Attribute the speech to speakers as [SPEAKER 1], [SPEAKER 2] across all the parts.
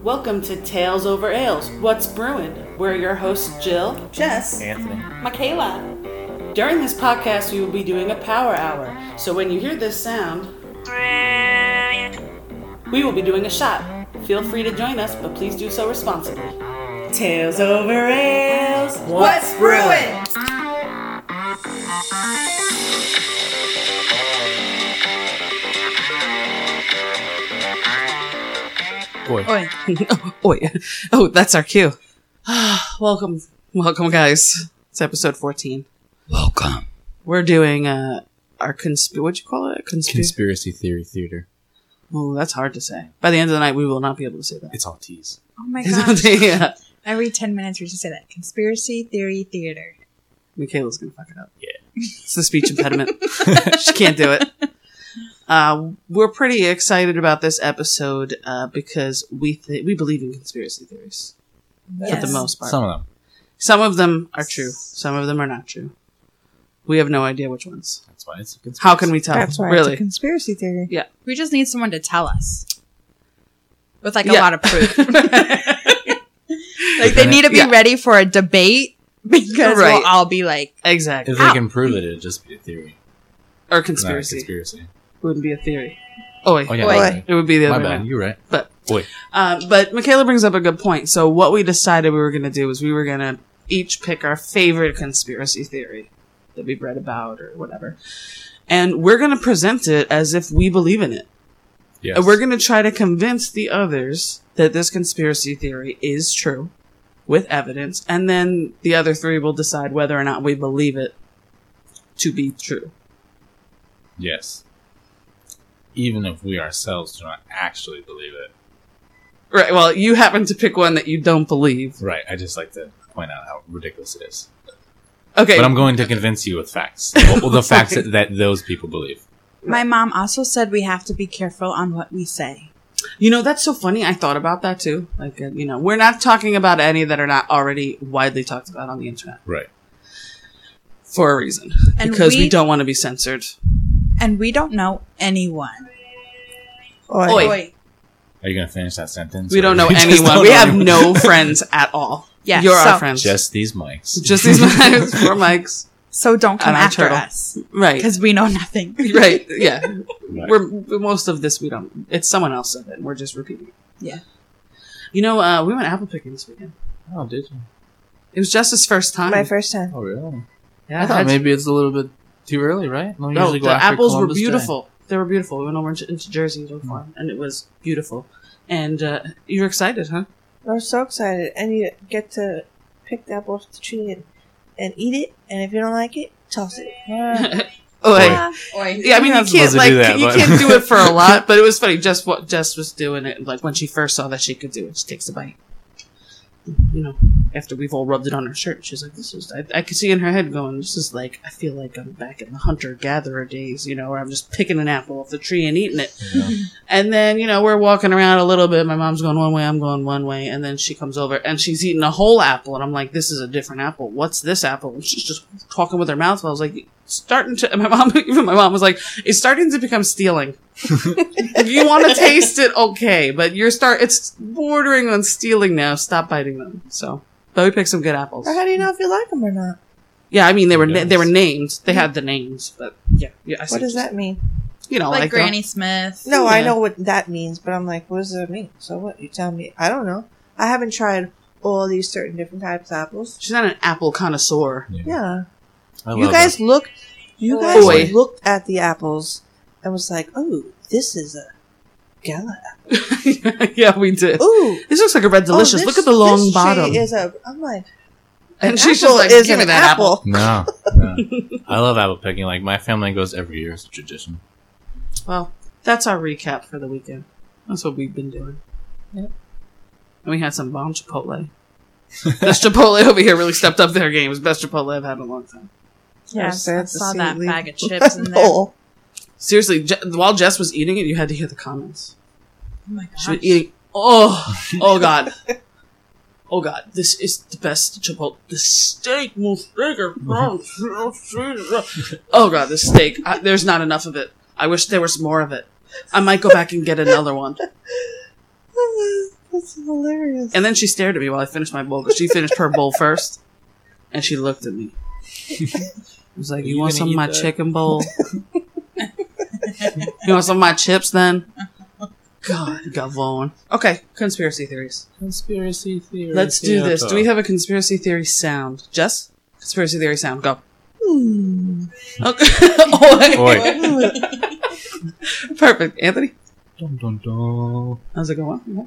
[SPEAKER 1] Welcome to Tales Over Ales. What's brewing? We're your hosts, Jill.
[SPEAKER 2] Jess.
[SPEAKER 3] Anthony.
[SPEAKER 4] Michaela.
[SPEAKER 1] During this podcast, we will be doing a power hour. So when you hear this sound, we will be doing a shot. Feel free to join us, but please do so responsibly. Tales Over Ales.
[SPEAKER 2] What's brewing?
[SPEAKER 3] Boy.
[SPEAKER 5] Oi. Oi. Oh, that's our cue. welcome. Welcome, guys. It's episode 14.
[SPEAKER 3] Welcome.
[SPEAKER 5] We're doing uh, our consp. What'd you call it? Conspiracy.
[SPEAKER 3] Conspiracy Theory Theater.
[SPEAKER 5] oh, that's hard to say. By the end of the night, we will not be able to say that.
[SPEAKER 3] It's all tease.
[SPEAKER 4] Oh my gosh.
[SPEAKER 5] yeah.
[SPEAKER 4] Every 10 minutes we should say that. Conspiracy Theory Theater.
[SPEAKER 5] Michaela's going to fuck it up. Yeah. It's the speech impediment. she can't do it. Uh, we're pretty excited about this episode uh, because we th- we believe in conspiracy theories for the most part.
[SPEAKER 3] Some of them.
[SPEAKER 5] Some of them are true. Some of them are not true. We have no idea which ones.
[SPEAKER 3] That's why it's a conspiracy.
[SPEAKER 5] How can we tell?
[SPEAKER 2] That's why
[SPEAKER 5] really?
[SPEAKER 2] it's a conspiracy theory.
[SPEAKER 4] We just need someone to tell us. With like a
[SPEAKER 5] Yeah.
[SPEAKER 4] lot of proof. like they
[SPEAKER 3] then
[SPEAKER 4] need to be
[SPEAKER 5] yeah.
[SPEAKER 4] ready for a debate because
[SPEAKER 5] Right.
[SPEAKER 4] we'll all be like,
[SPEAKER 5] exactly.
[SPEAKER 3] If they can prove it, it'd just be a theory.
[SPEAKER 5] Or
[SPEAKER 3] It's not a
[SPEAKER 5] conspiracy.
[SPEAKER 3] conspiracy.
[SPEAKER 5] Wouldn't be a theory. Oh, wait.
[SPEAKER 3] Oh, yeah.
[SPEAKER 4] Boy.
[SPEAKER 3] okay.
[SPEAKER 5] It would be the
[SPEAKER 3] My
[SPEAKER 5] other
[SPEAKER 3] bad.
[SPEAKER 5] one.
[SPEAKER 3] You're right.
[SPEAKER 5] But
[SPEAKER 3] Boy.
[SPEAKER 5] uh, but Michaela brings up a good point. So what we decided we were going to do is we were going to each pick our favorite conspiracy theory that we've read about or whatever, and we're going to present it as if we believe in it.
[SPEAKER 3] Yes.
[SPEAKER 5] And we're going to try to convince the others that this conspiracy theory is true with evidence. And then the other three will decide whether or not we believe it to be true.
[SPEAKER 3] Yes. Even if we ourselves do not actually believe it.
[SPEAKER 5] Right. Well, you happen to pick one that you don't believe.
[SPEAKER 3] Right. I just like to point out how ridiculous it is.
[SPEAKER 5] Okay.
[SPEAKER 3] But I'm going to convince you with facts. Well, the facts that, that those people believe.
[SPEAKER 4] my mom also said we have to be careful on what we say.
[SPEAKER 5] you know, that's so funny. I thought about that too. Like, uh, you know, we're not talking about any that are not already widely talked about on the internet
[SPEAKER 3] Right.
[SPEAKER 5] for a reason.
[SPEAKER 4] And
[SPEAKER 5] because we, don't want to be censored.
[SPEAKER 4] and we don't know anyone.
[SPEAKER 2] Oi.
[SPEAKER 5] Oi.
[SPEAKER 3] Are you going to finish that sentence?
[SPEAKER 5] We
[SPEAKER 3] Or
[SPEAKER 5] don't know
[SPEAKER 3] just
[SPEAKER 5] anyone.
[SPEAKER 3] don't
[SPEAKER 5] we
[SPEAKER 3] know
[SPEAKER 5] have
[SPEAKER 3] anyone?
[SPEAKER 5] no friends at all.
[SPEAKER 4] Yeah,
[SPEAKER 5] You're our
[SPEAKER 4] so-
[SPEAKER 5] friends.
[SPEAKER 3] Just these mics.
[SPEAKER 5] Just these mics, four mics.
[SPEAKER 4] So don't come
[SPEAKER 5] And our
[SPEAKER 4] after
[SPEAKER 5] turtle.
[SPEAKER 4] us
[SPEAKER 5] Right.
[SPEAKER 4] because we know nothing.
[SPEAKER 5] Right. Yeah.
[SPEAKER 3] Right.
[SPEAKER 5] We're most of this we don't. It's someone else said it. And we're just repeating. it.
[SPEAKER 4] Yeah.
[SPEAKER 5] You know, uh, we went apple picking this weekend.
[SPEAKER 3] Oh, did you?
[SPEAKER 5] It was just his first time.
[SPEAKER 2] My first time.
[SPEAKER 3] Oh, really?
[SPEAKER 5] Yeah,
[SPEAKER 6] I thought
[SPEAKER 5] I'd-
[SPEAKER 6] maybe it's a little bit too early, right? Don't
[SPEAKER 5] No,
[SPEAKER 6] usually go
[SPEAKER 5] the
[SPEAKER 6] after
[SPEAKER 5] apples were
[SPEAKER 6] Columbus Day.
[SPEAKER 5] beautiful. They were beautiful. We went over into, into Jersey to a farm, and it was beautiful. And uh, you're excited, huh?
[SPEAKER 2] I was so excited. And you get to pick the apple off the tree and, and eat it. And if you don't like it, toss it.
[SPEAKER 5] Oh,
[SPEAKER 3] Boy.
[SPEAKER 5] I- yeah. I mean, you
[SPEAKER 3] not
[SPEAKER 5] can't
[SPEAKER 3] supposed to
[SPEAKER 5] like
[SPEAKER 3] do that,
[SPEAKER 5] you
[SPEAKER 3] but-
[SPEAKER 5] can't do it for a lot, but it was funny. Just what Jess was doing it, like when she first saw that she could do it, she takes a bite. You know, after we've all rubbed it on her shirt, she's like, "This is." I, I could see in her head going, "This is like I feel like I'm back in the hunter gatherer days, you know, where I'm just picking an apple off the tree and eating it." And then, you know, we're walking around a little bit. My mom's going one way, I'm going one way. And then she comes over and she's eating a whole apple. And I'm like, this is a different apple. What's this apple? And she's just talking with her mouth. I was like, it's starting to, and my mom, even my mom was like, it's starting to become stealing. if you want to taste it, okay. But you're start, it's bordering on stealing now. Stop biting them. So, but we picked some good apples.
[SPEAKER 2] Or how do you know if you like them or not?
[SPEAKER 5] Yeah. I mean, they were,
[SPEAKER 3] Yes.
[SPEAKER 5] na- they were named. They had the names, but yeah. yeah I see
[SPEAKER 2] What does
[SPEAKER 5] you-
[SPEAKER 2] that mean?
[SPEAKER 5] You know,
[SPEAKER 4] like,
[SPEAKER 5] like, uh, the-
[SPEAKER 4] Granny Smith.
[SPEAKER 2] No, I
[SPEAKER 5] Yeah.
[SPEAKER 2] know what that means, but I'm like, what does that mean? So what? You tell me. I don't know. I haven't tried all these certain different types of apples.
[SPEAKER 5] she's not an apple connoisseur.
[SPEAKER 2] Yeah.
[SPEAKER 3] I
[SPEAKER 2] You
[SPEAKER 3] love
[SPEAKER 2] guys
[SPEAKER 3] it.
[SPEAKER 2] look. You
[SPEAKER 5] Oh,
[SPEAKER 4] Oi.
[SPEAKER 2] guys
[SPEAKER 5] Oi.
[SPEAKER 2] looked at the apples and was like, oh, this is a gala.
[SPEAKER 5] yeah, we did.
[SPEAKER 2] Ooh.
[SPEAKER 5] This looks like a red
[SPEAKER 2] Oh,
[SPEAKER 5] delicious.
[SPEAKER 2] this-
[SPEAKER 5] Look at the long
[SPEAKER 2] this
[SPEAKER 5] bottom.
[SPEAKER 2] tree is a. I'm like,
[SPEAKER 5] and she's
[SPEAKER 2] apple
[SPEAKER 5] just like,
[SPEAKER 2] is
[SPEAKER 5] give me
[SPEAKER 2] an
[SPEAKER 5] that apple.
[SPEAKER 3] No, no. I love apple picking. Like my family goes every year; it's a tradition.
[SPEAKER 5] Well, that's our recap for the weekend. That's what we've been doing.
[SPEAKER 2] Yep.
[SPEAKER 5] And we had some bomb Chipotle. Best Chipotle over here really stepped up their game. It was best Chipotle I've had in a long time.
[SPEAKER 4] Yes,
[SPEAKER 2] I
[SPEAKER 4] I
[SPEAKER 2] was sad to
[SPEAKER 4] saw
[SPEAKER 2] see
[SPEAKER 4] that
[SPEAKER 2] you
[SPEAKER 4] bag
[SPEAKER 2] leave
[SPEAKER 4] of chips in there. Oh
[SPEAKER 2] bowl.
[SPEAKER 5] Seriously, Je- while Jess was eating it, you had to hear the comments.
[SPEAKER 4] my
[SPEAKER 5] She
[SPEAKER 4] gosh.
[SPEAKER 5] was eating. Oh, oh God. Oh God, this is the best Chipotle. The steak, most bigger. Oh God, this steak. I, there's not enough of it. I wish there was more of it. I might go back and get another one.
[SPEAKER 2] That's hilarious.
[SPEAKER 5] And then she stared at me while I finished my bowl because she finished her bowl first, and she looked at me. I was like,
[SPEAKER 3] Are
[SPEAKER 5] "You,
[SPEAKER 3] you
[SPEAKER 5] want some
[SPEAKER 3] gonna eat
[SPEAKER 5] of my
[SPEAKER 3] that?"
[SPEAKER 5] chicken bowl? you want some of my chips then?" God, you got Vaughn. Okay, conspiracy theories.
[SPEAKER 3] Conspiracy theory.
[SPEAKER 5] Let's do this. Do we
[SPEAKER 3] theater.
[SPEAKER 5] have a conspiracy theory sound? Jess, conspiracy theory sound. Go.
[SPEAKER 2] Hmm.
[SPEAKER 5] Okay. Oh,
[SPEAKER 3] Oi.
[SPEAKER 5] Perfect, Anthony.
[SPEAKER 3] Dun, dun, dun.
[SPEAKER 5] How's it going? What?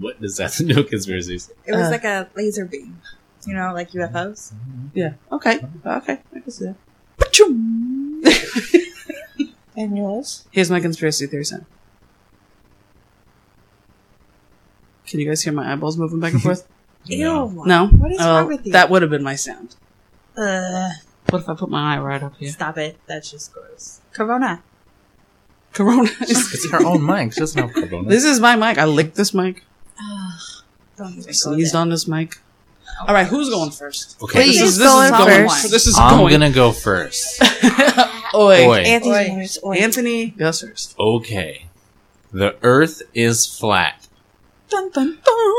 [SPEAKER 3] What does that do? Conspiracies.
[SPEAKER 4] It was
[SPEAKER 5] Uh.
[SPEAKER 4] like a laser beam. You know, like UFOs.
[SPEAKER 5] Yeah. Okay. Okay. I can see that. Mm-hmm.
[SPEAKER 2] And yours?
[SPEAKER 5] Here's my conspiracy theory sound. Can you guys hear my eyeballs moving back and forth?
[SPEAKER 4] Ew.
[SPEAKER 5] No.
[SPEAKER 2] What is
[SPEAKER 5] Oh,
[SPEAKER 2] wrong with you?
[SPEAKER 5] That would have been my sound.
[SPEAKER 4] Ugh,
[SPEAKER 5] What if I put my eye right up here?
[SPEAKER 4] Uh, Stop it. That's just gross. Corona.
[SPEAKER 5] Corona.
[SPEAKER 6] It's her own mic. She doesn't have
[SPEAKER 3] Corona.
[SPEAKER 5] this is my mic. I licked this mic.
[SPEAKER 4] Ugh, don't even go
[SPEAKER 5] Sneezed
[SPEAKER 4] there.
[SPEAKER 5] on this mic. All right, who's going first?
[SPEAKER 3] Okay.
[SPEAKER 5] This
[SPEAKER 2] Please.
[SPEAKER 5] is,
[SPEAKER 2] Who's
[SPEAKER 5] this is
[SPEAKER 2] going
[SPEAKER 5] going.
[SPEAKER 4] first?
[SPEAKER 5] This is
[SPEAKER 3] I'm
[SPEAKER 5] going.
[SPEAKER 3] gonna go first.
[SPEAKER 5] Oi.
[SPEAKER 3] Oi.
[SPEAKER 2] Anthony's
[SPEAKER 4] Oi.
[SPEAKER 2] yours. Oi.
[SPEAKER 5] Anthony goes first.
[SPEAKER 3] Okay. The Earth is flat.
[SPEAKER 5] Dun, dun, dun.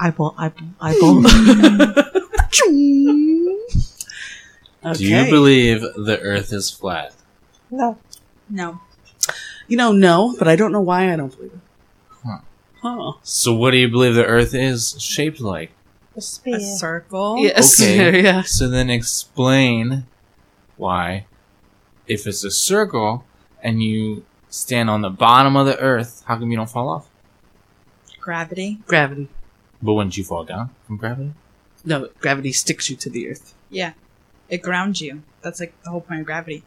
[SPEAKER 5] Eyeball, eyeball,
[SPEAKER 2] Hmm.
[SPEAKER 5] eyeball. okay.
[SPEAKER 3] Do you believe the Earth is flat?
[SPEAKER 2] No.
[SPEAKER 4] No.
[SPEAKER 5] You know, no, but I don't know why I don't believe it.
[SPEAKER 3] Huh.
[SPEAKER 5] Huh.
[SPEAKER 3] So what do you believe the Earth is shaped like?
[SPEAKER 2] A
[SPEAKER 4] A
[SPEAKER 2] spear.
[SPEAKER 4] circle.
[SPEAKER 5] Yes.
[SPEAKER 3] Okay.
[SPEAKER 5] yeah.
[SPEAKER 3] So then explain why, if it's a circle and you stand on the bottom of the Earth, how come you don't fall off?
[SPEAKER 4] Gravity.
[SPEAKER 5] Gravity.
[SPEAKER 3] But wouldn't you fall down from gravity?
[SPEAKER 5] No, gravity sticks you to the earth.
[SPEAKER 4] Yeah. It grounds you. That's like the whole point of gravity.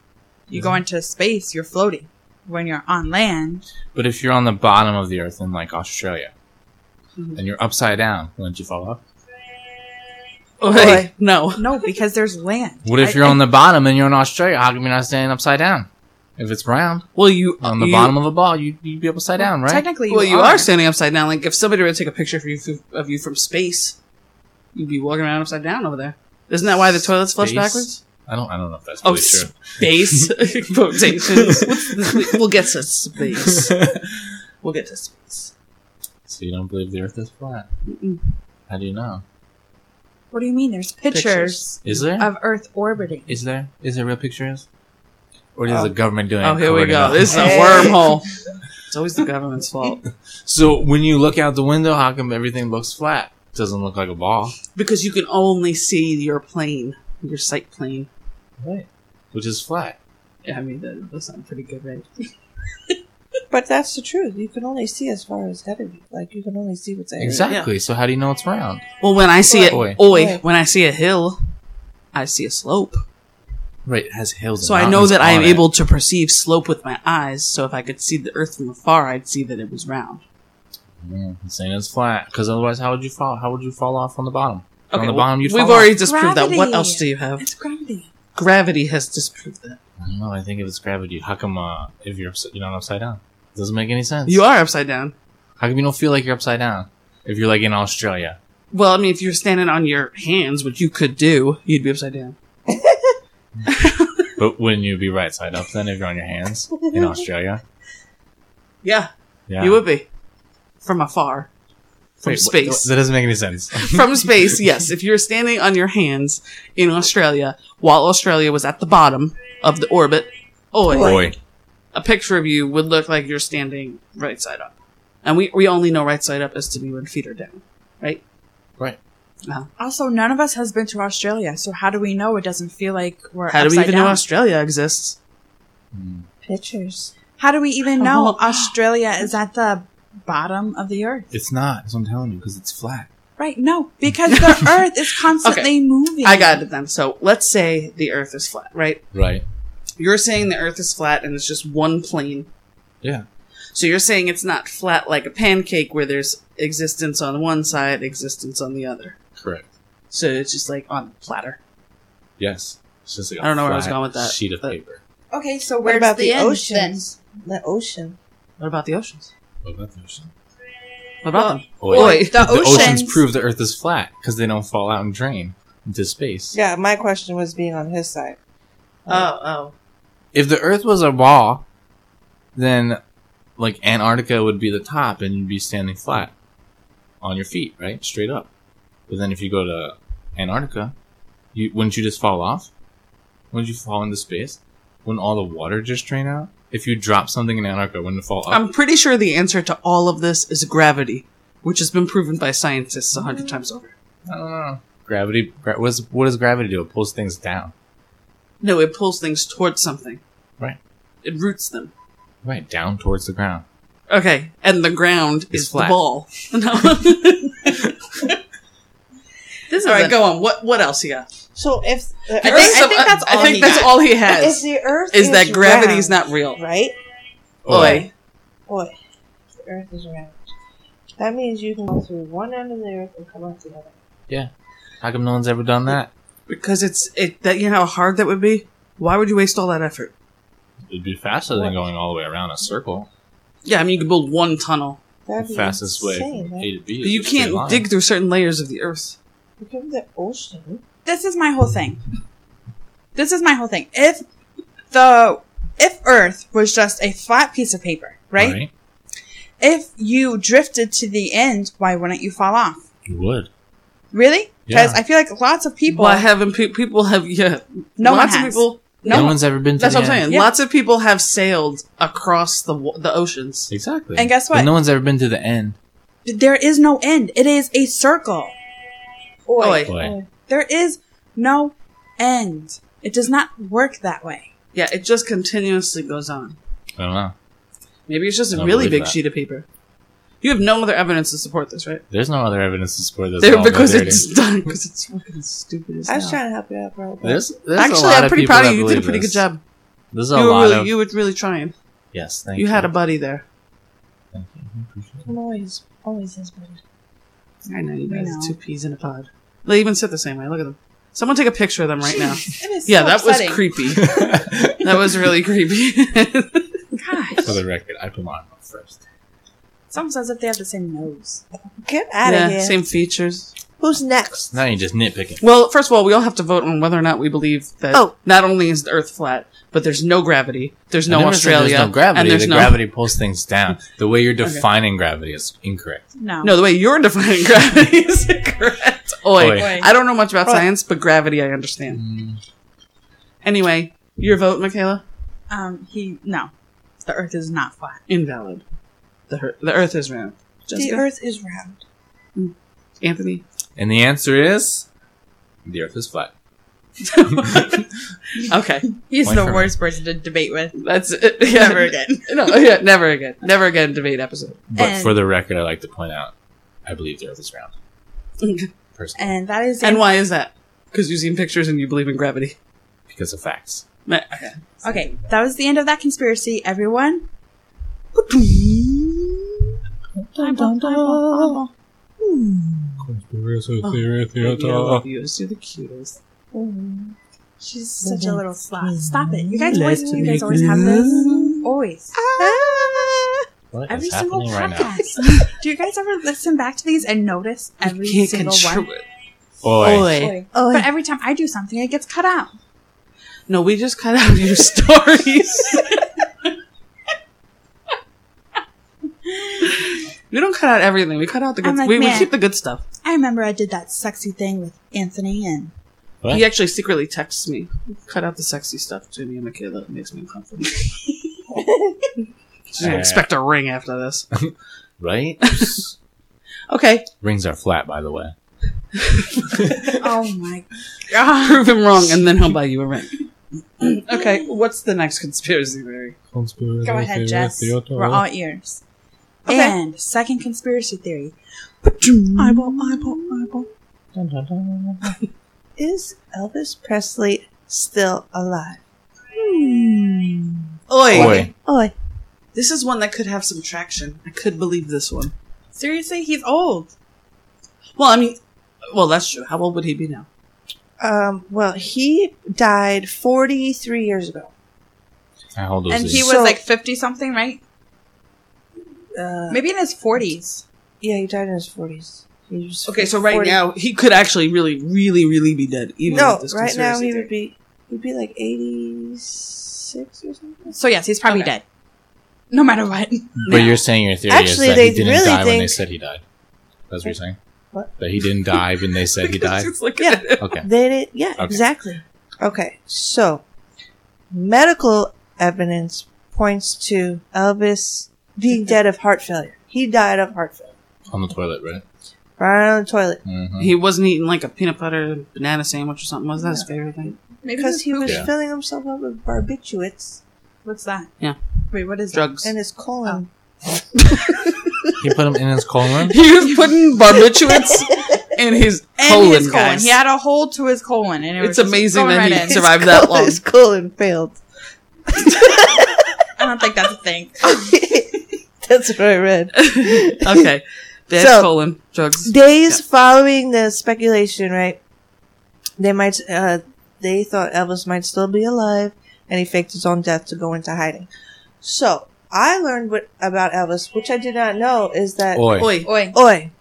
[SPEAKER 4] You
[SPEAKER 5] Mm-hmm.
[SPEAKER 4] go into space, you're floating. When you're on land,
[SPEAKER 3] But if you're on the bottom of the Earth in like Australia
[SPEAKER 5] Mhm.
[SPEAKER 3] and you're upside down, wouldn't you fall off?
[SPEAKER 5] Oi. No.
[SPEAKER 4] no, because there's land.
[SPEAKER 3] What if
[SPEAKER 4] I-
[SPEAKER 3] you're
[SPEAKER 4] I-
[SPEAKER 3] on the bottom and you're in Australia? How come you're not standing upside down? If it's round,
[SPEAKER 5] Well, you
[SPEAKER 3] on the
[SPEAKER 5] you-
[SPEAKER 3] bottom of a ball, you, you'd be upside down, right?
[SPEAKER 4] Technically,
[SPEAKER 5] Well, you are standing upside down. Like if somebody were to take a picture of you f- of you from space, you'd be walking around upside down over there. Isn't that why the toilets flush
[SPEAKER 3] Space?
[SPEAKER 5] backwards?
[SPEAKER 3] I don't. I don't know if that's
[SPEAKER 5] Oh,
[SPEAKER 3] really true.
[SPEAKER 5] Space quotations. What's this? We'll get to space. We'll get to space.
[SPEAKER 3] So you don't believe the Earth is flat?
[SPEAKER 5] Mm-mm.
[SPEAKER 3] How do you know?
[SPEAKER 4] What do you mean? There's pictures,
[SPEAKER 5] Pictures.
[SPEAKER 3] Is there?
[SPEAKER 4] of Earth orbiting.
[SPEAKER 3] is there? Is there real pictures? Or is the government doing?
[SPEAKER 5] Oh,
[SPEAKER 3] it
[SPEAKER 5] here we
[SPEAKER 3] covering
[SPEAKER 5] go.
[SPEAKER 3] up?
[SPEAKER 5] This is a
[SPEAKER 2] Hey.
[SPEAKER 5] wormhole. It's always the government's fault
[SPEAKER 3] So when you look out the window, how come everything looks flat? Doesn't look like a ball,
[SPEAKER 5] because you can only see your plane, your sight plane.
[SPEAKER 3] right? Which is flat.
[SPEAKER 5] Yeah, I mean that, that sounds pretty good, right?
[SPEAKER 2] But that's the truth. You can only see as far as heaven. Like, you can only see what's ahead.
[SPEAKER 3] Exactly. So how do you know it's round?
[SPEAKER 5] Well, when I see it,
[SPEAKER 3] Oi.
[SPEAKER 5] oi,
[SPEAKER 2] Oi.
[SPEAKER 5] when I see a hill, I see a slope.
[SPEAKER 3] Right. It has hills. and
[SPEAKER 5] So I know
[SPEAKER 3] mountains
[SPEAKER 5] that I
[SPEAKER 3] on
[SPEAKER 5] am
[SPEAKER 3] it.
[SPEAKER 5] able to perceive slope with my eyes. So if I could see the Earth from afar, I'd see that it was round.
[SPEAKER 3] Yeah, I'm saying it's flat. Because otherwise, how would you fall? How would you fall off on the bottom?
[SPEAKER 5] Okay,
[SPEAKER 3] on the
[SPEAKER 5] well,
[SPEAKER 3] bottom, you'd
[SPEAKER 5] we've
[SPEAKER 3] fall
[SPEAKER 5] already disproved that. What
[SPEAKER 4] Gravity.
[SPEAKER 5] else do you have?
[SPEAKER 4] It's gravity.
[SPEAKER 5] Gravity has disproved that.
[SPEAKER 3] off. I don't know. I think if it's gravity, how come uh, if you're upside, you're not upside down? doesn't make any sense.
[SPEAKER 5] You are upside down.
[SPEAKER 3] How come you don't feel like you're upside down if you're like in Australia?
[SPEAKER 5] Well, I mean, if you're standing on your hands, which you could do, you'd be upside down.
[SPEAKER 3] But wouldn't you be right side up then if you're on your hands in Australia?
[SPEAKER 5] Yeah,
[SPEAKER 3] Yeah.
[SPEAKER 5] you would be from afar, from
[SPEAKER 3] Wait, what-
[SPEAKER 5] space.
[SPEAKER 3] that doesn't make any sense.
[SPEAKER 5] from space, yes. If you're standing on your hands in Australia while Australia was at the bottom of the orbit, oi,
[SPEAKER 3] Boy.
[SPEAKER 5] a picture of you would look like you're standing right side up. And we, we only know right side up as to be when feet are down.
[SPEAKER 3] Right.
[SPEAKER 4] Also, none of us has been to Australia, so how do we know it doesn't feel like we're
[SPEAKER 5] How do we
[SPEAKER 4] upside
[SPEAKER 5] even know
[SPEAKER 4] down?
[SPEAKER 5] Australia exists?
[SPEAKER 2] Pictures.
[SPEAKER 4] how do we even know
[SPEAKER 5] Oh.
[SPEAKER 4] Australia is at the bottom of the Earth?
[SPEAKER 3] It's not. That's what I'm telling you because it's flat.
[SPEAKER 4] Right? No, because the Earth is constantly moving.
[SPEAKER 5] I got it then. So let's say the earth is flat, right?
[SPEAKER 3] Right.
[SPEAKER 5] You're saying the earth is flat and it's just one plane.
[SPEAKER 3] Yeah.
[SPEAKER 5] So you're saying it's not flat like a pancake where there's existence on one side, existence on the other.
[SPEAKER 3] Correct.
[SPEAKER 5] So it's just like on a platter.
[SPEAKER 3] Yes. It's just like
[SPEAKER 5] I don't know where I was
[SPEAKER 3] flat
[SPEAKER 5] going with that,
[SPEAKER 3] Sheet of
[SPEAKER 5] but-
[SPEAKER 3] paper.
[SPEAKER 4] Okay, so
[SPEAKER 2] What
[SPEAKER 4] where's
[SPEAKER 2] about the,
[SPEAKER 4] the, end
[SPEAKER 2] oceans? The ocean.
[SPEAKER 5] What about the oceans?
[SPEAKER 3] What about the ocean?
[SPEAKER 5] What about them?
[SPEAKER 3] Oi.
[SPEAKER 5] Oi.
[SPEAKER 4] The,
[SPEAKER 3] The oceans.
[SPEAKER 4] oceans
[SPEAKER 3] prove the Earth is flat because they don't fall out and drain into space.
[SPEAKER 2] Yeah, my question was being on his side.
[SPEAKER 5] Oh, oh.
[SPEAKER 3] If the Earth was a ball, then like Antarctica would be the top, and you'd be standing flat on your feet, right, straight up. But then if you go to Antarctica, you wouldn't you just fall off? Wouldn't you fall into space? Wouldn't all the water just drain out? If you drop something in Antarctica, wouldn't it fall up?
[SPEAKER 5] I'm pretty sure the answer to all of this is gravity, which has been proven by scientists a
[SPEAKER 3] Mm.
[SPEAKER 5] hundred times over.
[SPEAKER 3] I don't know. Gravity. Gra- what, is, what does gravity do? It pulls things down.
[SPEAKER 5] No, it pulls things towards something.
[SPEAKER 3] Right.
[SPEAKER 5] It roots them.
[SPEAKER 3] Right, down towards the ground.
[SPEAKER 5] Okay, and the ground
[SPEAKER 3] It's
[SPEAKER 5] is
[SPEAKER 3] flat.
[SPEAKER 5] the ball. No.
[SPEAKER 4] This is
[SPEAKER 5] all right, go on. What what else you got?
[SPEAKER 2] So if the
[SPEAKER 4] I
[SPEAKER 2] Earth,
[SPEAKER 4] think- I think that's
[SPEAKER 5] I
[SPEAKER 4] all
[SPEAKER 5] think
[SPEAKER 4] he
[SPEAKER 5] that's
[SPEAKER 4] got.
[SPEAKER 5] all he
[SPEAKER 2] if
[SPEAKER 5] has.
[SPEAKER 2] the Earth
[SPEAKER 5] Is that gravity's
[SPEAKER 2] round,
[SPEAKER 5] not real?
[SPEAKER 2] right?
[SPEAKER 3] Oh.
[SPEAKER 5] Boy,
[SPEAKER 2] Boy, the Earth is round. That means you can go through one end of the Earth and come out the other.
[SPEAKER 3] How come no one's ever done that?
[SPEAKER 5] because it's it that you know how hard that would be. Why would you waste all that effort?
[SPEAKER 3] It'd be faster than going all the way around a circle.
[SPEAKER 5] Yeah, I mean you could build one tunnel,
[SPEAKER 2] That'd
[SPEAKER 3] the
[SPEAKER 2] be
[SPEAKER 3] fastest way
[SPEAKER 2] insane,
[SPEAKER 3] from
[SPEAKER 2] right?
[SPEAKER 3] A to B.
[SPEAKER 5] but
[SPEAKER 3] is
[SPEAKER 5] you
[SPEAKER 3] a straight
[SPEAKER 5] can't
[SPEAKER 3] line.
[SPEAKER 5] dig through certain layers of the earth.
[SPEAKER 2] Because of the ocean.
[SPEAKER 4] this is my whole thing. This is my whole thing. If the if Earth was just a flat piece of paper, right? If you drifted to the end, why wouldn't you fall off?
[SPEAKER 3] You would.
[SPEAKER 4] Really? Because
[SPEAKER 3] Yeah.
[SPEAKER 4] I feel like lots of people.
[SPEAKER 5] Why haven't pe- people have? Yeah,
[SPEAKER 4] no
[SPEAKER 5] lots
[SPEAKER 4] one has.
[SPEAKER 5] of people.
[SPEAKER 3] No,
[SPEAKER 4] No.
[SPEAKER 3] one's ever been to
[SPEAKER 5] That's
[SPEAKER 3] the
[SPEAKER 5] what I'm
[SPEAKER 3] end.
[SPEAKER 5] saying.
[SPEAKER 4] Yeah.
[SPEAKER 5] Lots of people have sailed across the wa- the oceans.
[SPEAKER 3] Exactly.
[SPEAKER 4] And guess what?
[SPEAKER 3] But no one's ever been to the end.
[SPEAKER 4] there is no end. It is a circle.
[SPEAKER 2] Oi.
[SPEAKER 5] Oi.
[SPEAKER 3] Boy.
[SPEAKER 4] There is no end. It does not work that way.
[SPEAKER 5] Yeah, it just continuously goes on.
[SPEAKER 3] I don't know.
[SPEAKER 5] Maybe it's just a
[SPEAKER 3] Don't
[SPEAKER 5] really
[SPEAKER 3] believe
[SPEAKER 5] big
[SPEAKER 3] that.
[SPEAKER 5] sheet of paper. You have no other evidence to support this, right?
[SPEAKER 3] There's no other evidence to support this.
[SPEAKER 5] There
[SPEAKER 3] at all,
[SPEAKER 5] because
[SPEAKER 3] but there it
[SPEAKER 5] it's
[SPEAKER 3] is.
[SPEAKER 5] done because it's fucking stupid as
[SPEAKER 2] I was
[SPEAKER 5] hell.
[SPEAKER 2] trying to help you out, bro. but-
[SPEAKER 3] There's, there's a
[SPEAKER 5] Actually,
[SPEAKER 3] lot
[SPEAKER 5] I'm pretty
[SPEAKER 3] people
[SPEAKER 5] proud
[SPEAKER 3] that
[SPEAKER 5] of you. You did a
[SPEAKER 3] believe
[SPEAKER 5] pretty
[SPEAKER 3] this.
[SPEAKER 5] good job.
[SPEAKER 3] There's a
[SPEAKER 5] You were
[SPEAKER 3] lot
[SPEAKER 5] really,
[SPEAKER 3] of
[SPEAKER 5] you were really trying.
[SPEAKER 3] yes. Thank you.
[SPEAKER 5] You had a buddy there.
[SPEAKER 3] Thank you. I appreciate it.
[SPEAKER 2] I'm always, always his buddy.
[SPEAKER 5] I know you
[SPEAKER 4] We
[SPEAKER 5] guys
[SPEAKER 4] know.
[SPEAKER 5] are two peas in a pod. They even sit the same way. Look at them. Someone take a picture of them right now.
[SPEAKER 4] It is
[SPEAKER 5] yeah,
[SPEAKER 4] so
[SPEAKER 5] that
[SPEAKER 4] upsetting.
[SPEAKER 5] was creepy. that was really creepy.
[SPEAKER 3] For the record, I put mine on first.
[SPEAKER 4] It's almost as if they have the same nose.
[SPEAKER 2] Get out of
[SPEAKER 5] yeah,
[SPEAKER 2] here.
[SPEAKER 5] same features.
[SPEAKER 2] Who's next?
[SPEAKER 3] Now you're just nitpicking.
[SPEAKER 5] Well, first of all, we all have to vote on whether or not we believe that
[SPEAKER 2] Oh.
[SPEAKER 5] not only is the Earth flat, but there's no gravity, there's no
[SPEAKER 3] I never said
[SPEAKER 5] Australia,
[SPEAKER 3] There's no gravity.
[SPEAKER 5] and there's
[SPEAKER 3] the
[SPEAKER 5] no
[SPEAKER 3] gravity pulls things down. The way you're defining gravity is incorrect.
[SPEAKER 4] No.
[SPEAKER 5] No, the way you're defining gravity is correct. Oi.
[SPEAKER 3] Oi.
[SPEAKER 4] Oi.
[SPEAKER 5] I don't know much about
[SPEAKER 2] Oi.
[SPEAKER 5] science, but gravity I understand.
[SPEAKER 3] Mm,
[SPEAKER 5] Anyway, your vote, Michaela,
[SPEAKER 4] Um, he no. The Earth is not flat.
[SPEAKER 5] invalid. The her- the Earth is round. Jessica,
[SPEAKER 2] The Earth is round.
[SPEAKER 5] Anthony,
[SPEAKER 3] And the answer is the Earth is flat.
[SPEAKER 5] okay,
[SPEAKER 4] He's
[SPEAKER 3] Why
[SPEAKER 4] the
[SPEAKER 3] for me?
[SPEAKER 4] worst person to debate with.
[SPEAKER 5] that's it. Yeah.
[SPEAKER 4] Never again.
[SPEAKER 5] No, yeah, never again. Never again. Debate episode.
[SPEAKER 3] But
[SPEAKER 4] And-
[SPEAKER 3] for the record, I like to point out, I believe the Earth is round. Personally,
[SPEAKER 4] And that is
[SPEAKER 5] And why is that? Because you've seen pictures and you believe in gravity.
[SPEAKER 3] because of facts.
[SPEAKER 5] Ma- Okay.
[SPEAKER 4] Okay, that was the end of that conspiracy, everyone.
[SPEAKER 5] Baby, I love you. You're the cutest.
[SPEAKER 4] She's such a little slut. Stop it. You guys always you guys always have
[SPEAKER 5] this.
[SPEAKER 4] this. Always.
[SPEAKER 3] What
[SPEAKER 4] Every
[SPEAKER 3] is
[SPEAKER 4] single
[SPEAKER 3] happening right now?
[SPEAKER 4] podcast. Do you guys ever listen back to these and notice every
[SPEAKER 5] Can't
[SPEAKER 4] single
[SPEAKER 5] control
[SPEAKER 4] one?
[SPEAKER 5] it.
[SPEAKER 3] Oi.
[SPEAKER 2] Oh,
[SPEAKER 4] But every time I do something, it gets cut out.
[SPEAKER 5] No, we just cut out your stories. we don't cut out everything. We cut out the good.
[SPEAKER 4] I'm like,
[SPEAKER 5] we, we
[SPEAKER 4] man.
[SPEAKER 5] keep the good stuff.
[SPEAKER 4] I remember I did that sexy thing with Anthony and
[SPEAKER 3] What?
[SPEAKER 5] He actually secretly texts me. Cut out the sexy stuff to me and Michaela. It makes me uncomfortable. She's gonna
[SPEAKER 3] Uh.
[SPEAKER 5] expect a ring after this.
[SPEAKER 3] right?
[SPEAKER 5] Okay,
[SPEAKER 3] Rings are flat, by the way.
[SPEAKER 4] Oh my
[SPEAKER 5] prove him wrong, and then he'll buy you a ring. okay, what's the next conspiracy theory?
[SPEAKER 4] Go ahead, Jess. We're all ears.
[SPEAKER 5] Okay.
[SPEAKER 4] And second conspiracy theory.
[SPEAKER 5] Eyeball, eyeball, eyeball.
[SPEAKER 2] is Elvis Presley still alive?
[SPEAKER 5] Oi.
[SPEAKER 3] Oi.
[SPEAKER 2] Oi.
[SPEAKER 5] This is one that could have some traction. I could believe this one.
[SPEAKER 4] Seriously, he's old.
[SPEAKER 5] Well, I mean, well, that's true. How old would he be now?
[SPEAKER 2] Um, well, he died 43 years ago.
[SPEAKER 3] How old was
[SPEAKER 4] And he
[SPEAKER 3] he?
[SPEAKER 4] was
[SPEAKER 2] So-
[SPEAKER 4] like 50 something, right?
[SPEAKER 2] Uh,
[SPEAKER 4] Maybe in his 40s.
[SPEAKER 2] yeah, he died in his 40s. He was
[SPEAKER 5] Okay, so right
[SPEAKER 2] 40
[SPEAKER 5] now he could actually really, really, really be dead. Even
[SPEAKER 2] No,
[SPEAKER 5] with this
[SPEAKER 2] right now he would
[SPEAKER 5] be.
[SPEAKER 2] be, he'd be like 86 or something.
[SPEAKER 4] So, yes, he's probably
[SPEAKER 5] Okay.
[SPEAKER 4] dead. no matter what.
[SPEAKER 3] But you're saying your theory
[SPEAKER 2] Actually,
[SPEAKER 3] is that
[SPEAKER 2] they
[SPEAKER 3] he didn't
[SPEAKER 2] really
[SPEAKER 3] die when they
[SPEAKER 2] think-
[SPEAKER 3] said he died. That's what you're saying.
[SPEAKER 2] What?
[SPEAKER 3] That he didn't die when they said he died.
[SPEAKER 5] Just look
[SPEAKER 2] Yeah.
[SPEAKER 5] at it.
[SPEAKER 3] Okay.
[SPEAKER 2] They did, yeah,
[SPEAKER 3] Okay.
[SPEAKER 2] exactly. Okay, so medical evidence points to Elvis being dead of heart failure. He died of heart failure.
[SPEAKER 3] On the toilet, right?
[SPEAKER 2] Right on the toilet.
[SPEAKER 3] hmm
[SPEAKER 5] He wasn't eating like a peanut butter banana sandwich or something. Was that his favorite thing?
[SPEAKER 4] Maybe
[SPEAKER 2] Because he was
[SPEAKER 3] Yeah.
[SPEAKER 2] filling himself up with barbiturates
[SPEAKER 4] What's that?
[SPEAKER 5] Yeah.
[SPEAKER 4] Wait, what is that?
[SPEAKER 5] Drugs.
[SPEAKER 2] and his colon.
[SPEAKER 5] Oh.
[SPEAKER 3] He put him in his colon.
[SPEAKER 5] He was putting barbiturates in his
[SPEAKER 4] And
[SPEAKER 5] colon,
[SPEAKER 4] his colon.
[SPEAKER 5] guys.
[SPEAKER 4] He had a hole to his colon, and it was
[SPEAKER 5] it's
[SPEAKER 4] just
[SPEAKER 5] amazing
[SPEAKER 4] going
[SPEAKER 5] that
[SPEAKER 4] right
[SPEAKER 5] he
[SPEAKER 4] in.
[SPEAKER 5] survived
[SPEAKER 2] his
[SPEAKER 5] that
[SPEAKER 2] colon,
[SPEAKER 5] long.
[SPEAKER 2] His colon failed.
[SPEAKER 4] I don't think that's a thing.
[SPEAKER 2] That's what I read.
[SPEAKER 5] okay. Bad
[SPEAKER 2] So-
[SPEAKER 5] colon drugs.
[SPEAKER 2] Days following the speculation, right? They might, uh, they thought Elvis might still be alive, and he faked his own death to go into hiding. So I learned what about Elvis, which I did not know, is that
[SPEAKER 3] Oi.
[SPEAKER 5] Oi.
[SPEAKER 4] Oi.
[SPEAKER 2] Oi.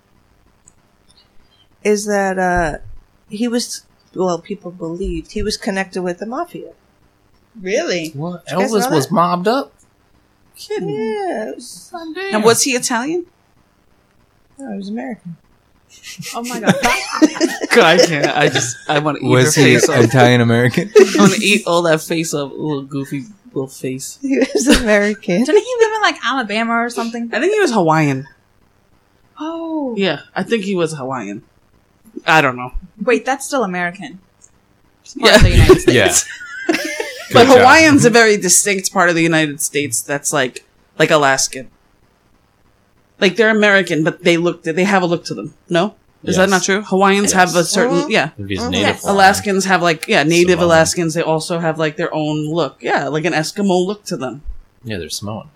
[SPEAKER 2] Is that uh, he was well? People believed he was connected with the mafia.
[SPEAKER 4] Really?
[SPEAKER 3] What?
[SPEAKER 2] guys know
[SPEAKER 3] Elvis was
[SPEAKER 2] that?
[SPEAKER 3] mobbed up.
[SPEAKER 2] Yeah, it was,
[SPEAKER 5] And was he Italian?
[SPEAKER 2] no, it was American.
[SPEAKER 4] Oh my god.
[SPEAKER 5] God, I can't. I just I want to eat
[SPEAKER 3] Was
[SPEAKER 5] her
[SPEAKER 3] he
[SPEAKER 5] face off.
[SPEAKER 3] Italian American?
[SPEAKER 5] I want to eat all that face off, little goofy little face.
[SPEAKER 2] He was American.
[SPEAKER 4] Didn't he live in like Alabama or something?
[SPEAKER 5] I think he was Hawaiian.
[SPEAKER 4] Oh.
[SPEAKER 5] Yeah, I think he was Hawaiian. I don't know,
[SPEAKER 4] Wait, that's still American. It's
[SPEAKER 5] Yeah.
[SPEAKER 4] part of the United States.
[SPEAKER 5] but
[SPEAKER 3] yeah. Good job.
[SPEAKER 5] Hawaiian's a very distinct part of the United States that's like like Alaskan. Like they're American, but they look they have a look to them. No, is that
[SPEAKER 3] Yes.
[SPEAKER 5] not true? Hawaiians have a certain
[SPEAKER 2] Mhm.
[SPEAKER 5] yeah.
[SPEAKER 3] If he's
[SPEAKER 2] Mhm.
[SPEAKER 3] native
[SPEAKER 4] Yes.
[SPEAKER 3] Hawaiian.
[SPEAKER 5] Alaskans have like yeah, native
[SPEAKER 3] Samoan.
[SPEAKER 5] Alaskans. They also have like their own look. Yeah, like an Eskimo look to them.
[SPEAKER 3] Yeah, they're Samoan.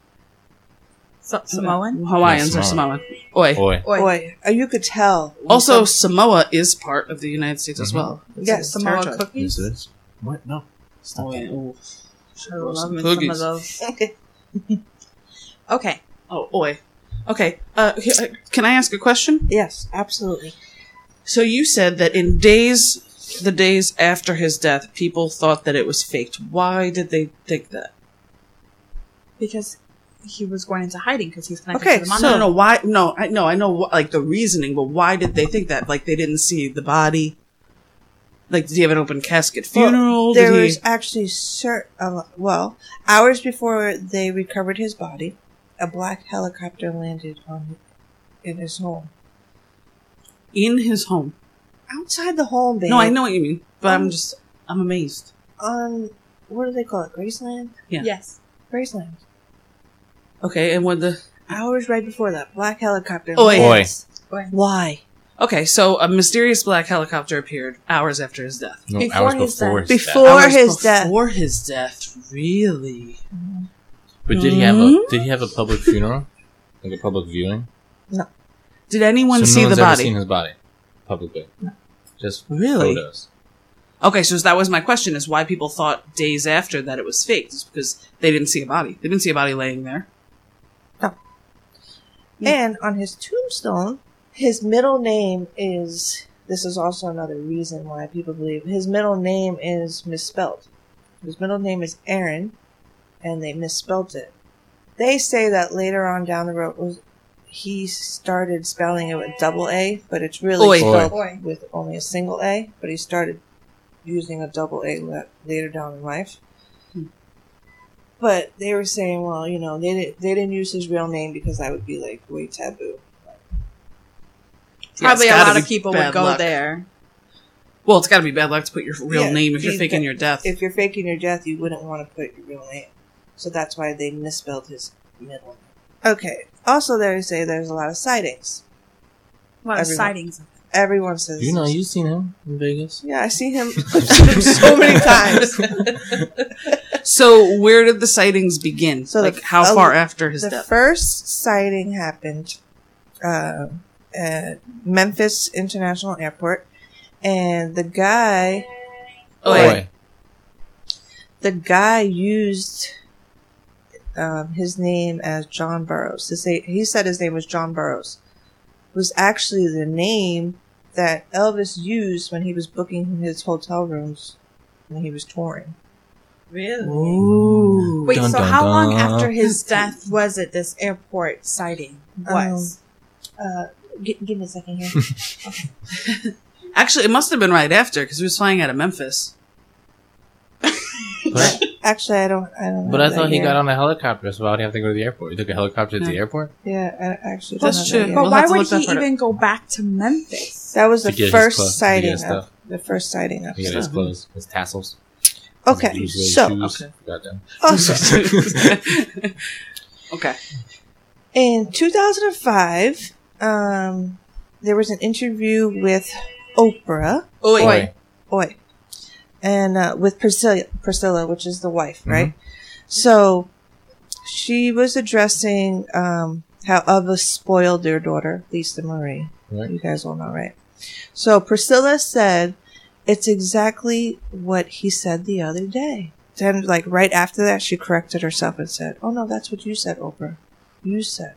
[SPEAKER 4] So- Samoan?
[SPEAKER 5] Hawaiians
[SPEAKER 3] Yeah,
[SPEAKER 5] are Samoan.
[SPEAKER 3] Samoan.
[SPEAKER 5] Oi.
[SPEAKER 3] Oi.
[SPEAKER 4] Oi.
[SPEAKER 2] Boy, uh, you could tell.
[SPEAKER 5] Also, Samoa is part of the United States as
[SPEAKER 3] Mhm.
[SPEAKER 5] well.
[SPEAKER 2] Yeah,
[SPEAKER 5] It's a
[SPEAKER 4] Samoa
[SPEAKER 5] territory.
[SPEAKER 4] cookies?
[SPEAKER 3] Yes, it is. What? No.
[SPEAKER 5] Oh, yeah. Ooh.
[SPEAKER 4] I love
[SPEAKER 5] Some
[SPEAKER 4] me some of
[SPEAKER 5] cookies.
[SPEAKER 4] those. Okay.
[SPEAKER 5] Oh, oi. Okay. Uh, he- uh, can I ask a question?
[SPEAKER 2] yes, absolutely.
[SPEAKER 5] So you said that in days, the days after his death, people thought that it was faked. Why did they think that?
[SPEAKER 4] Because he was going into hiding because he's connected
[SPEAKER 2] Okay,
[SPEAKER 4] to the mafia.
[SPEAKER 5] no, no, no. Why? No, I no, I know like the reasoning, but why did they think that? Like they didn't see the body. Like, did he have an open casket
[SPEAKER 2] Well,
[SPEAKER 5] funeral?
[SPEAKER 2] There
[SPEAKER 5] did he?
[SPEAKER 2] was actually certain. Uh, well, hours before they recovered his body, a black helicopter landed on in his home.
[SPEAKER 5] in his home.
[SPEAKER 2] Outside the home, baby.
[SPEAKER 5] No, I know what you mean, but
[SPEAKER 2] Um,
[SPEAKER 5] I'm just I'm amazed.
[SPEAKER 2] On what do they call it? Graceland.
[SPEAKER 5] Yeah.
[SPEAKER 4] Yes.
[SPEAKER 2] Graceland.
[SPEAKER 5] Okay, and when the
[SPEAKER 2] Hours right before that, black helicopter.
[SPEAKER 5] Oi.
[SPEAKER 2] lands.
[SPEAKER 4] Oi.
[SPEAKER 2] Why?
[SPEAKER 5] okay, so a mysterious black helicopter appeared hours after his death.
[SPEAKER 3] No,
[SPEAKER 4] Before
[SPEAKER 3] hours
[SPEAKER 4] his
[SPEAKER 3] before
[SPEAKER 4] death.
[SPEAKER 3] his
[SPEAKER 2] Before-
[SPEAKER 3] death.
[SPEAKER 5] Hours
[SPEAKER 2] his death.
[SPEAKER 5] Before his death, really?
[SPEAKER 3] But did he have a
[SPEAKER 5] Mm-hmm.
[SPEAKER 3] did he have a public funeral? Like a public viewing?
[SPEAKER 5] Did anyone
[SPEAKER 3] So
[SPEAKER 5] see
[SPEAKER 3] no
[SPEAKER 5] the
[SPEAKER 3] one's ever
[SPEAKER 5] body?
[SPEAKER 3] seen his body publicly. Just
[SPEAKER 5] Really?
[SPEAKER 3] photos.
[SPEAKER 5] Okay, so that was my question: is why people thought days after that it was faked? Is because they didn't see a body. They didn't see a body laying there.
[SPEAKER 2] And on his tombstone, his middle name is. This is also another reason why people believe his middle name is misspelled. His middle name is Aaron, and they misspelled it. They say that later on down the road was he started spelling it with double A, but it's really
[SPEAKER 5] Oi.
[SPEAKER 2] spelled
[SPEAKER 4] Oi.
[SPEAKER 2] with only a single A. But he started using a double A la- later down in life. But they were saying, well, you know, they didn't they didn't use his real name because that would be like way taboo.
[SPEAKER 5] Yeah, it's
[SPEAKER 4] Probably a
[SPEAKER 5] gotta
[SPEAKER 4] lot of
[SPEAKER 5] be
[SPEAKER 4] people
[SPEAKER 5] bad
[SPEAKER 4] would go
[SPEAKER 5] luck.
[SPEAKER 4] there.
[SPEAKER 5] Well, it's got to be bad luck to put your real
[SPEAKER 2] Yeah,
[SPEAKER 5] name if you're
[SPEAKER 2] be-
[SPEAKER 5] faking your death.
[SPEAKER 2] If you're faking your death, you wouldn't want to put your real name. So that's why they misspelled his middle name. Okay. Also, they say there's a lot of sightings.
[SPEAKER 4] A lot of
[SPEAKER 2] Everyone.
[SPEAKER 4] sightings.
[SPEAKER 2] Everyone says,
[SPEAKER 3] You know, you've seen him in Vegas.
[SPEAKER 2] yeah, I see him so many times.
[SPEAKER 5] so where did the sightings begin?
[SPEAKER 2] So the-
[SPEAKER 5] like how
[SPEAKER 2] oh,
[SPEAKER 5] far after his
[SPEAKER 2] the
[SPEAKER 5] death?
[SPEAKER 2] first sighting happened uh, at Memphis International Airport, and the guy
[SPEAKER 5] Oh,
[SPEAKER 2] Oi.
[SPEAKER 5] wait.
[SPEAKER 2] the guy used um, his name as John Burroughs. To say he said his name was John Burroughs was actually the name that Elvis used when he was booking his hotel rooms when he was touring. Really?
[SPEAKER 5] Ooh.
[SPEAKER 4] Wait,
[SPEAKER 3] Dun,
[SPEAKER 4] so
[SPEAKER 3] dun,
[SPEAKER 4] how long
[SPEAKER 3] dun.
[SPEAKER 4] after his death was it this airport sighting
[SPEAKER 5] Um,
[SPEAKER 4] was?
[SPEAKER 2] Uh, gi- give me a second here.
[SPEAKER 5] Actually, it must have been right after because he was flying out of Memphis.
[SPEAKER 3] But,
[SPEAKER 2] Actually, I don't. I don't.
[SPEAKER 3] but I
[SPEAKER 2] have
[SPEAKER 3] thought
[SPEAKER 2] that
[SPEAKER 3] he
[SPEAKER 2] here.
[SPEAKER 3] got on a helicopter, so why would he have to go to the airport? He took a helicopter to the airport?
[SPEAKER 2] Yeah, I actually.
[SPEAKER 5] That's
[SPEAKER 2] don't have
[SPEAKER 5] true.
[SPEAKER 2] That,
[SPEAKER 4] but
[SPEAKER 2] here.
[SPEAKER 5] We'll
[SPEAKER 4] why
[SPEAKER 5] have to
[SPEAKER 4] would
[SPEAKER 5] look that
[SPEAKER 4] he
[SPEAKER 5] part up.
[SPEAKER 4] even go back to Memphis?
[SPEAKER 2] that was
[SPEAKER 3] To
[SPEAKER 2] the
[SPEAKER 3] get his
[SPEAKER 2] first
[SPEAKER 3] clo- to get
[SPEAKER 2] sighting
[SPEAKER 3] his
[SPEAKER 2] of
[SPEAKER 3] stuff.
[SPEAKER 2] the first sighting of.
[SPEAKER 3] He got his
[SPEAKER 5] Stuff.
[SPEAKER 3] clothes, his tassels. his
[SPEAKER 2] Okay,
[SPEAKER 3] blue suede
[SPEAKER 2] so oh,
[SPEAKER 3] shoes.
[SPEAKER 5] Okay.
[SPEAKER 3] Goddamn.
[SPEAKER 2] also
[SPEAKER 5] okay.
[SPEAKER 2] in 2005, um, there was an interview with Oprah.
[SPEAKER 5] Oi.
[SPEAKER 3] Oi.
[SPEAKER 2] Oi. And uh, with Priscilla, Priscilla, which is the wife, right? So she was addressing um, how Elvis spoiled their daughter, Lisa Marie.
[SPEAKER 3] Right.
[SPEAKER 2] You guys all know, right? So Priscilla said, "It's exactly what he said the other day." Then, like right after that, she corrected herself and said, "Oh no, that's what you said, Oprah. You said."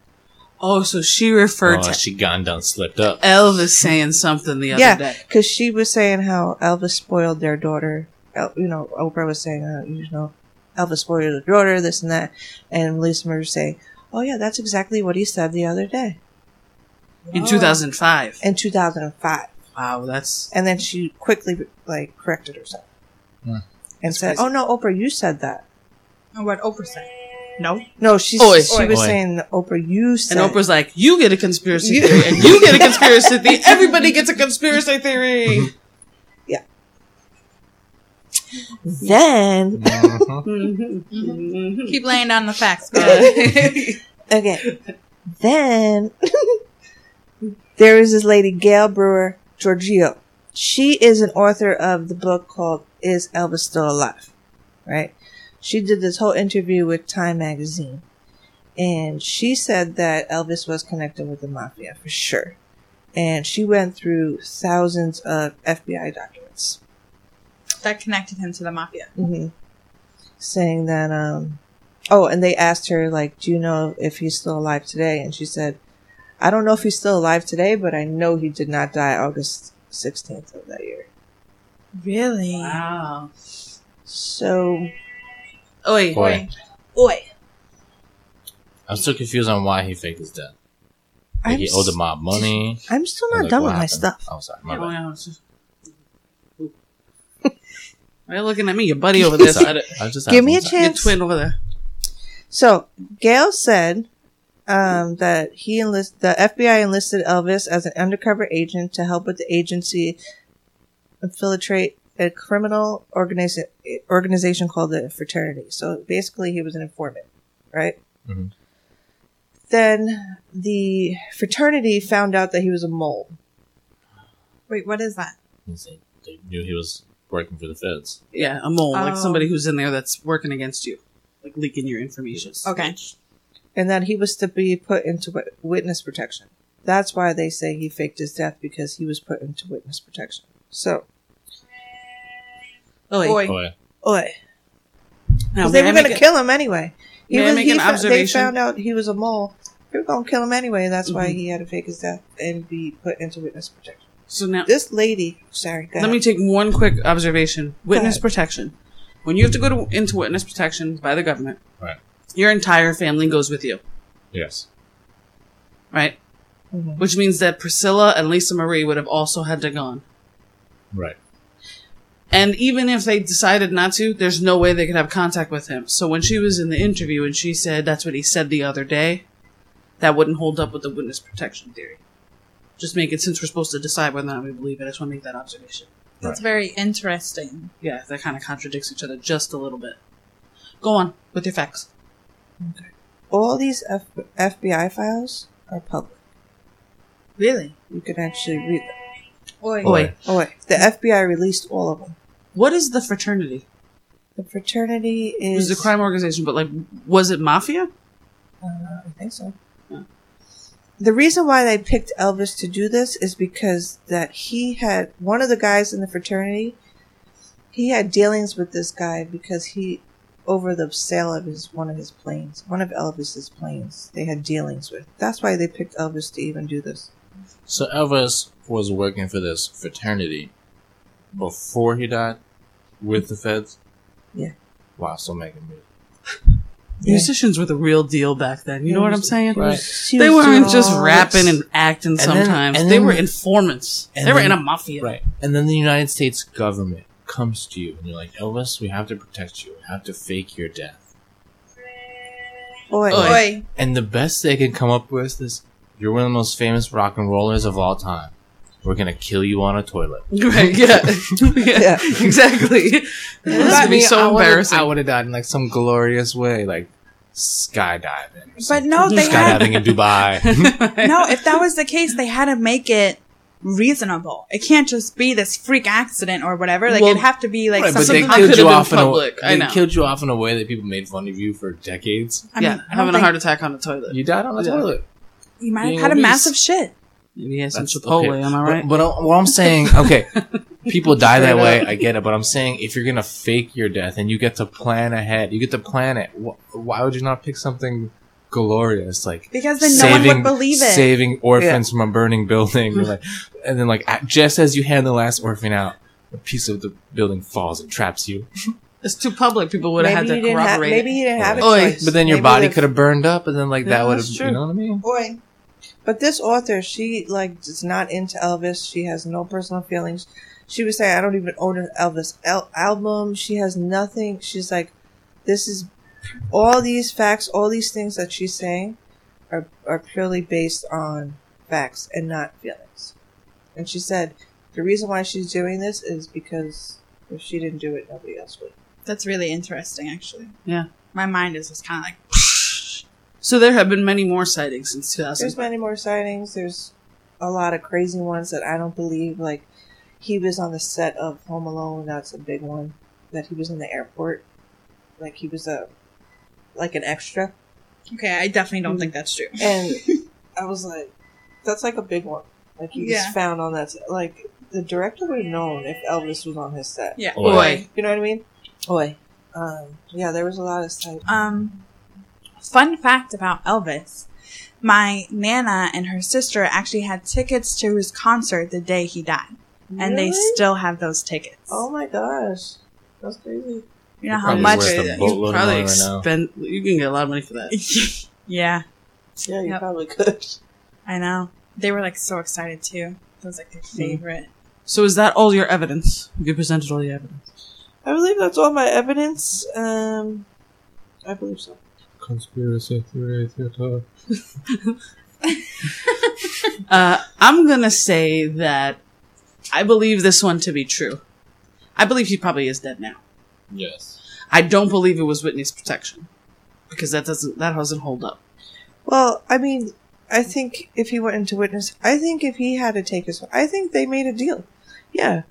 [SPEAKER 5] Oh, so she referred
[SPEAKER 3] Oh,
[SPEAKER 5] to
[SPEAKER 3] she gone down, slipped up.
[SPEAKER 5] Elvis saying something the other
[SPEAKER 2] Yeah.
[SPEAKER 5] day.
[SPEAKER 2] because she was saying how Elvis spoiled their daughter. El- You know, Oprah was saying, uh, you know, Elvis spoiled their daughter, this and that. And Lisa Marie was saying, oh, yeah, that's exactly what he said the other day
[SPEAKER 5] In 2005.
[SPEAKER 2] in 2005.
[SPEAKER 5] Wow, that's.
[SPEAKER 2] And then she quickly, like, corrected herself
[SPEAKER 3] Hmm.
[SPEAKER 2] and said,
[SPEAKER 5] crazy.
[SPEAKER 2] oh, no, Oprah, you said that.
[SPEAKER 4] And Oh, what Oprah said? No.
[SPEAKER 2] No, she,
[SPEAKER 5] Oi.
[SPEAKER 2] she was
[SPEAKER 3] Oi.
[SPEAKER 2] saying, Oprah, you said.
[SPEAKER 5] And Oprah's like, you get a conspiracy
[SPEAKER 2] You-
[SPEAKER 5] theory, and you get a conspiracy theory. Everybody gets a conspiracy theory.
[SPEAKER 2] Then,
[SPEAKER 3] Mhm.
[SPEAKER 5] Mm-hmm.
[SPEAKER 4] Keep laying down the facts,
[SPEAKER 2] okay, then there is this lady, Gail Brewer Giorgio. She is an author of the book called Is Elvis Still Alive? Right? She did this whole interview with Time Magazine. And she said that Elvis was connected with the mafia for sure. And she went through thousands of FBI documents
[SPEAKER 4] that connected him to the mafia.
[SPEAKER 2] hmm saying that, um, oh, and they asked her, like, do you know if he's still alive today? And she said, I don't know if he's still alive today, but I know he did not die August 16th of that year.
[SPEAKER 4] Really?
[SPEAKER 5] wow.
[SPEAKER 2] So
[SPEAKER 5] Oi.
[SPEAKER 3] Oi.
[SPEAKER 4] Oi.
[SPEAKER 3] I'm still confused on why he faked his death. Like
[SPEAKER 2] I'm,
[SPEAKER 3] he owed the mob money.
[SPEAKER 2] s- I'm still
[SPEAKER 3] or,
[SPEAKER 2] not
[SPEAKER 3] like,
[SPEAKER 2] done
[SPEAKER 3] what
[SPEAKER 2] with my
[SPEAKER 3] happened?
[SPEAKER 2] stuff.
[SPEAKER 3] Oh, sorry. My
[SPEAKER 5] Oh,
[SPEAKER 3] bad.
[SPEAKER 5] yeah, it's just- Why you looking at me? Your buddy over there. side of-
[SPEAKER 3] I was just
[SPEAKER 2] Give me a
[SPEAKER 3] asking.
[SPEAKER 5] Your
[SPEAKER 2] chance.
[SPEAKER 5] twin over there.
[SPEAKER 2] So Gail said um, that he enlist the FBI enlisted Elvis as an undercover agent to help with the agency infiltrate a criminal organization organization called the Fraternity. So basically, he was an informant, right?
[SPEAKER 3] Mhm.
[SPEAKER 2] Then the fraternity found out that he was a mole.
[SPEAKER 4] Wait, what is that?
[SPEAKER 3] He said They knew he was working for the feds.
[SPEAKER 5] Yeah, a mole.
[SPEAKER 2] Um,
[SPEAKER 5] Like
[SPEAKER 4] Oh.
[SPEAKER 5] somebody who's in there that's working against you. Like leaking your information.
[SPEAKER 4] Okay.
[SPEAKER 2] and that he was to be put into wit- witness protection. That's why they say he faked his death because he was put into witness protection. So,
[SPEAKER 5] Oi.
[SPEAKER 4] Oi.
[SPEAKER 3] Oh, yeah.
[SPEAKER 2] oi,
[SPEAKER 5] Now,
[SPEAKER 2] 'Cause
[SPEAKER 5] may
[SPEAKER 2] they
[SPEAKER 5] I
[SPEAKER 2] were
[SPEAKER 5] make
[SPEAKER 2] going to
[SPEAKER 5] a-
[SPEAKER 2] kill him anyway. He
[SPEAKER 5] may I
[SPEAKER 2] was,
[SPEAKER 5] make
[SPEAKER 2] he
[SPEAKER 5] an
[SPEAKER 2] fo- they
[SPEAKER 5] observation?
[SPEAKER 2] found out he was a mole. They were going to kill him anyway. That's why
[SPEAKER 5] Mhm.
[SPEAKER 2] he had to fake his death and be put into witness protection.
[SPEAKER 5] So now,
[SPEAKER 2] This lady, sorry, go
[SPEAKER 5] Let me
[SPEAKER 2] ahead.
[SPEAKER 5] take one quick observation. Witness
[SPEAKER 2] ahead.
[SPEAKER 5] protection. When you have to go to, into witness protection by the government,
[SPEAKER 3] Right.
[SPEAKER 5] your entire family goes with you,
[SPEAKER 3] Yes.
[SPEAKER 5] right?
[SPEAKER 2] Mhm.
[SPEAKER 5] Which means that Priscilla and Lisa Marie would have also had to gone.
[SPEAKER 3] Right.
[SPEAKER 5] And even if they decided not to, there's no way they could have contact with him. So when she was in the interview and she said that's what he said the other day, that wouldn't hold up with the witness protection theory. Just make it since we're supposed to decide whether or not we believe it. I just want to make that observation.
[SPEAKER 4] That's very interesting.
[SPEAKER 5] Yeah, that kind of contradicts each other just a little bit. Go on with your facts.
[SPEAKER 2] All these F- FBI files are public.
[SPEAKER 4] Really?
[SPEAKER 2] You can actually read them.
[SPEAKER 4] Oi.
[SPEAKER 5] Oi.
[SPEAKER 2] Oi, the
[SPEAKER 5] Mm-hmm.
[SPEAKER 2] FBI released all of them.
[SPEAKER 5] What is the fraternity?
[SPEAKER 2] The fraternity
[SPEAKER 5] It
[SPEAKER 2] is.
[SPEAKER 5] was a crime organization, but like, was it mafia?
[SPEAKER 2] Uh, I think so.
[SPEAKER 5] Yeah.
[SPEAKER 2] The reason why they picked Elvis to do this is because that he had one of the guys in the fraternity. He had dealings with this guy because he, over the sale of his one of his planes, one of Elvis's planes, they had dealings with. That's why they picked Elvis to even do this.
[SPEAKER 3] So Elvis was working for this fraternity before he died with the feds?
[SPEAKER 2] Yeah.
[SPEAKER 3] Wow, still making music.
[SPEAKER 5] Musicians were the real deal back then. You know what I'm saying?
[SPEAKER 3] Right.
[SPEAKER 2] She
[SPEAKER 5] They
[SPEAKER 2] was
[SPEAKER 5] weren't
[SPEAKER 2] doing
[SPEAKER 5] just
[SPEAKER 2] all
[SPEAKER 5] rapping
[SPEAKER 2] this-
[SPEAKER 5] and acting
[SPEAKER 3] then-
[SPEAKER 5] sometimes.
[SPEAKER 3] and
[SPEAKER 5] they
[SPEAKER 3] then-
[SPEAKER 5] were informants. They
[SPEAKER 3] and
[SPEAKER 5] were
[SPEAKER 3] then-
[SPEAKER 5] in a mafia.
[SPEAKER 3] Right. And then the United States government comes to you and you're like, Elvis, we have to protect you. We have to fake your death.
[SPEAKER 2] Boy,
[SPEAKER 3] Oi.
[SPEAKER 4] Oi.
[SPEAKER 3] And the best they can come up with is you're one of the most famous rock and rollers of all time. We're gonna kill you on a toilet.
[SPEAKER 5] Right, yeah. yeah. Exactly. This
[SPEAKER 4] But-
[SPEAKER 5] would be so
[SPEAKER 3] I would've-
[SPEAKER 5] embarrassing.
[SPEAKER 3] I would have died in like some glorious way, like skydiving. or
[SPEAKER 4] But
[SPEAKER 3] something.
[SPEAKER 4] no, they had
[SPEAKER 3] skydiving in Dubai.
[SPEAKER 4] no. If that was the case, they had to make it reasonable. It can't just be this freak accident or whatever. Like
[SPEAKER 5] Well,
[SPEAKER 4] it'd have to be like
[SPEAKER 3] Right, but
[SPEAKER 4] something.
[SPEAKER 3] they
[SPEAKER 5] that
[SPEAKER 4] con-
[SPEAKER 5] could have
[SPEAKER 3] killed you
[SPEAKER 5] been
[SPEAKER 3] off in a
[SPEAKER 5] public, I
[SPEAKER 3] they
[SPEAKER 5] know.
[SPEAKER 3] killed you off in a way that people made fun of you for decades.
[SPEAKER 4] I
[SPEAKER 5] yeah,
[SPEAKER 4] mean, I don't
[SPEAKER 5] having a
[SPEAKER 4] think-
[SPEAKER 5] heart attack on a toilet.
[SPEAKER 3] You died on a
[SPEAKER 5] Yeah.
[SPEAKER 3] toilet.
[SPEAKER 4] You might
[SPEAKER 3] being
[SPEAKER 4] have had a
[SPEAKER 3] obese.
[SPEAKER 4] massive shit.
[SPEAKER 5] Maybe he has some
[SPEAKER 3] That's
[SPEAKER 5] Chipotle,
[SPEAKER 3] okay.
[SPEAKER 5] am I right?
[SPEAKER 3] But, but what I'm saying, okay, people die that
[SPEAKER 5] Straight
[SPEAKER 3] way.
[SPEAKER 5] up.
[SPEAKER 3] I get it. But I'm saying if you're gonna fake your death and you get to plan ahead, you get to plan it. Wh- why would you not pick something glorious like
[SPEAKER 4] Because then no one
[SPEAKER 3] saving
[SPEAKER 4] would believe it.
[SPEAKER 3] saving orphans from a burning building, and, like, and then like at- just as you hand the last orphan out, a piece of the building falls and traps you.
[SPEAKER 5] It's too public. People would
[SPEAKER 2] maybe
[SPEAKER 5] have had
[SPEAKER 2] you
[SPEAKER 5] to
[SPEAKER 2] didn't have,
[SPEAKER 5] corroborate.
[SPEAKER 2] maybe
[SPEAKER 5] it.
[SPEAKER 2] you didn't have a
[SPEAKER 5] Oi,
[SPEAKER 2] choice.
[SPEAKER 3] But then your
[SPEAKER 2] Maybe
[SPEAKER 3] body
[SPEAKER 2] the-
[SPEAKER 3] could have burned up, and then like
[SPEAKER 5] Yeah,
[SPEAKER 3] that would have
[SPEAKER 5] that's
[SPEAKER 3] you
[SPEAKER 5] true.
[SPEAKER 3] know what I mean.
[SPEAKER 2] Boy. But this author, she like is not into Elvis. She has no personal feelings. She was saying, "I don't even own an Elvis el- album." She has nothing. She's like, "This is all these facts, all these things that she's saying are are purely based on facts and not feelings." And she said, "The reason why she's doing this is because if she didn't do it, nobody else would."
[SPEAKER 4] That's really interesting, actually.
[SPEAKER 5] Yeah.
[SPEAKER 4] My mind is just kind of like,
[SPEAKER 5] So there have been many more sightings since 2000.
[SPEAKER 2] There's many more sightings. There's a lot of crazy ones that I don't believe. Like he was on the set of Home Alone. That's a big one. That he was in the airport. Like he was a like an extra.
[SPEAKER 4] okay, I definitely don't think that's true.
[SPEAKER 2] And I was like, that's like a big one. Like he
[SPEAKER 4] Yeah.
[SPEAKER 2] was found on that. Set. Like the director would have known if Elvis was on his set.
[SPEAKER 4] Yeah.
[SPEAKER 3] Oi.
[SPEAKER 5] Oi.
[SPEAKER 2] You know what I mean? Boy. Um, yeah, there was a lot of sight.
[SPEAKER 4] Um, fun fact about Elvis. My nana and her sister actually had tickets to his concert the day he died, and they
[SPEAKER 2] Really?
[SPEAKER 4] still have those tickets.
[SPEAKER 2] Oh my gosh, that's crazy.
[SPEAKER 4] you know how
[SPEAKER 3] Probably
[SPEAKER 4] much?
[SPEAKER 3] worth a boatload of
[SPEAKER 5] Probably
[SPEAKER 3] money right now.
[SPEAKER 5] expend. You can get a lot of money for that.
[SPEAKER 4] yeah,
[SPEAKER 2] Yeah, you
[SPEAKER 4] Yep.
[SPEAKER 2] probably could.
[SPEAKER 4] I know. They were like so excited too. That was like their
[SPEAKER 2] Hmm.
[SPEAKER 4] favorite.
[SPEAKER 5] So is that all your evidence? You presented all the evidence.
[SPEAKER 2] I believe that's all my evidence. Um, I believe so.
[SPEAKER 3] Conspiracy theory, theater.
[SPEAKER 5] Uh, I'm gonna say that I believe this one to be true. I believe he probably is dead now.
[SPEAKER 3] Yes.
[SPEAKER 5] I don't believe it was Whitney's protection because that doesn't that doesn't hold up.
[SPEAKER 2] Well, I mean, I think if he went into witness, I think if he had to take his, I think they made a deal. Yeah,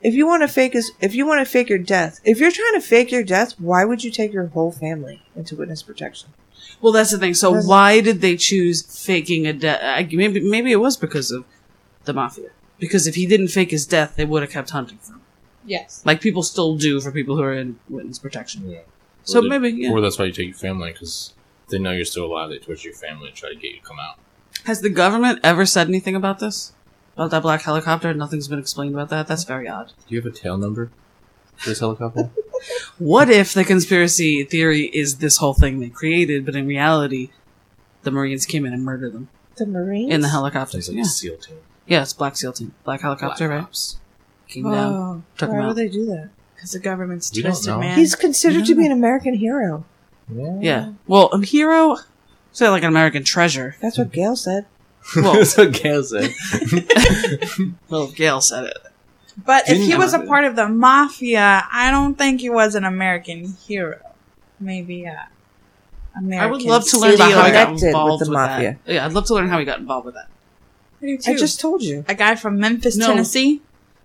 [SPEAKER 2] if you want to fake his, if you want to fake your death, if you're trying to fake your death, why would you take your whole family into witness protection?
[SPEAKER 5] Well, that's the thing. So
[SPEAKER 2] Doesn't-
[SPEAKER 5] why did they choose faking a death? Maybe maybe it was because of the mafia. Because if he didn't fake his death, they would have kept hunting for him.
[SPEAKER 4] Yes.
[SPEAKER 5] Like people still do for people who are in witness protection.
[SPEAKER 3] Yeah.
[SPEAKER 5] So
[SPEAKER 3] Or they-
[SPEAKER 5] maybe yeah.
[SPEAKER 3] Or that's why you take your family because they know you're still alive. They torture your family to try to get you to come out.
[SPEAKER 5] Has the government ever said anything about this? About that black helicopter? Nothing's been explained about that. That's very odd.
[SPEAKER 3] Do you have a tail number for this helicopter?
[SPEAKER 5] What if the conspiracy theory is this whole thing they created, but in reality, the Marines came in and murdered them
[SPEAKER 2] The Marines
[SPEAKER 5] in the helicopter?
[SPEAKER 3] It's like
[SPEAKER 5] Yeah.
[SPEAKER 3] a SEAL team.
[SPEAKER 5] yeah, it's Black SEAL Team, Black helicopter,
[SPEAKER 3] Black
[SPEAKER 5] right?
[SPEAKER 3] Ops.
[SPEAKER 5] Came down,
[SPEAKER 2] Oh,
[SPEAKER 5] took
[SPEAKER 2] why
[SPEAKER 5] them
[SPEAKER 2] would
[SPEAKER 5] out.
[SPEAKER 2] they do that?
[SPEAKER 4] Because the government's
[SPEAKER 3] We don't
[SPEAKER 4] twisted,
[SPEAKER 3] know.
[SPEAKER 4] man.
[SPEAKER 2] He's considered to be an American hero.
[SPEAKER 3] Yeah.
[SPEAKER 5] Yeah. Well, a hero, say like an American treasure.
[SPEAKER 2] That's what Gail said.
[SPEAKER 5] Well-
[SPEAKER 3] that's what Gail said.
[SPEAKER 5] Well, Gail said it.
[SPEAKER 4] But if he
[SPEAKER 3] Didn't-
[SPEAKER 4] was a part of the mafia, I don't think he was an American hero. Maybe a American.
[SPEAKER 5] I would love to learn about how he got
[SPEAKER 2] connected with
[SPEAKER 5] involved
[SPEAKER 2] the
[SPEAKER 5] with,
[SPEAKER 2] mafia.
[SPEAKER 5] that. Yeah, I'd love to learn how he got involved with that.
[SPEAKER 2] I just told you.
[SPEAKER 4] a guy from Memphis,
[SPEAKER 5] No.
[SPEAKER 4] Tennessee.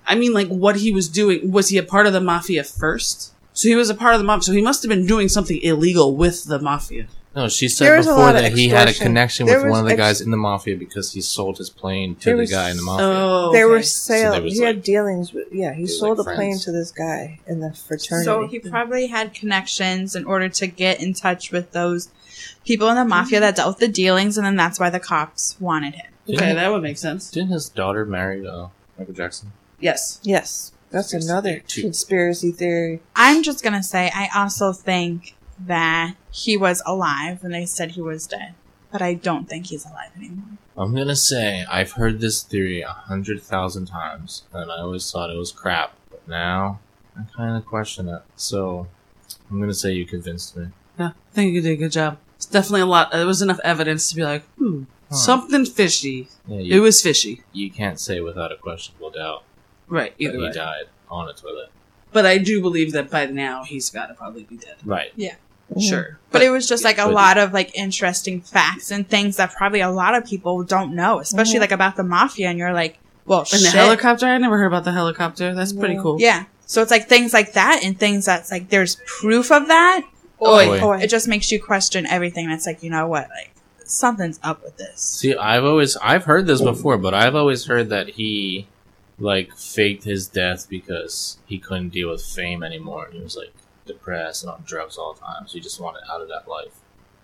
[SPEAKER 5] I mean, like what he was doing. Was he a part of the mafia first? So he was a part of the mob. So he must have been doing something illegal with the mafia.
[SPEAKER 3] No, she
[SPEAKER 2] There
[SPEAKER 3] said
[SPEAKER 2] was a
[SPEAKER 3] before
[SPEAKER 2] lot of
[SPEAKER 3] that he had a
[SPEAKER 2] extortion.
[SPEAKER 3] connection
[SPEAKER 2] There
[SPEAKER 3] with one
[SPEAKER 2] was
[SPEAKER 3] of the
[SPEAKER 2] ex-
[SPEAKER 3] guys in the mafia because he sold his plane to
[SPEAKER 2] There
[SPEAKER 3] the
[SPEAKER 2] was-
[SPEAKER 3] guy in the mafia.
[SPEAKER 5] Oh,
[SPEAKER 2] There were
[SPEAKER 5] okay.
[SPEAKER 2] sales.
[SPEAKER 3] there was,
[SPEAKER 2] he had
[SPEAKER 3] like-
[SPEAKER 2] dealings with. Yeah, he
[SPEAKER 3] was,
[SPEAKER 2] sold
[SPEAKER 3] like,
[SPEAKER 2] a plane
[SPEAKER 3] friends.
[SPEAKER 2] to this guy in the fraternity.
[SPEAKER 4] So he probably had connections in order to get in touch with those people in the mafia that dealt with the dealings, and then that's why the cops wanted him.
[SPEAKER 3] Didn't,
[SPEAKER 5] okay. That would make sense.
[SPEAKER 3] didn't his daughter marry uh, Michael Jackson?
[SPEAKER 5] Yes.
[SPEAKER 2] yes, That's
[SPEAKER 3] Conspiracy
[SPEAKER 2] another
[SPEAKER 3] theory, too.
[SPEAKER 2] conspiracy theory.
[SPEAKER 4] I'm just gonna say I also think that he was alive when they said he was dead, but I don't think he's alive anymore.
[SPEAKER 3] I'm gonna say I've heard this theory a hundred thousand times, and I always thought it was crap. But now I kind of question it. So I'm gonna say you convinced me.
[SPEAKER 5] Yeah, I think you did a good job. It's definitely a lot. There was enough evidence to be like, hmm,
[SPEAKER 3] Huh.
[SPEAKER 5] something fishy.
[SPEAKER 3] Yeah,
[SPEAKER 5] It
[SPEAKER 3] you,
[SPEAKER 5] was fishy.
[SPEAKER 3] you can't say without a questionable doubt
[SPEAKER 5] Right,
[SPEAKER 3] that
[SPEAKER 5] either
[SPEAKER 3] he
[SPEAKER 5] way.
[SPEAKER 3] died on a toilet.
[SPEAKER 5] But I do believe that by now he's got to probably be dead.
[SPEAKER 3] Right.
[SPEAKER 2] Mm-hmm.
[SPEAKER 5] Sure.
[SPEAKER 4] But it was just like a
[SPEAKER 3] but-
[SPEAKER 4] lot of like interesting facts and things that probably a lot of people don't know, especially
[SPEAKER 2] Mhm.
[SPEAKER 4] like about the mafia. And you're like, well,
[SPEAKER 5] And
[SPEAKER 4] shit.
[SPEAKER 5] the helicopter, I never heard about the helicopter. That's pretty
[SPEAKER 2] Yeah.
[SPEAKER 5] cool.
[SPEAKER 4] Yeah. So it's like things like that and things that's like there's proof of that.
[SPEAKER 3] Oy.
[SPEAKER 4] Or it just makes you question everything. And it's like, you know what? Like something's up with this.
[SPEAKER 3] See, I've always I've heard this before, but I've always heard that he like faked his death because he couldn't deal with fame anymore. He was like depressed and on drugs all the time, so he just wanted out of that life.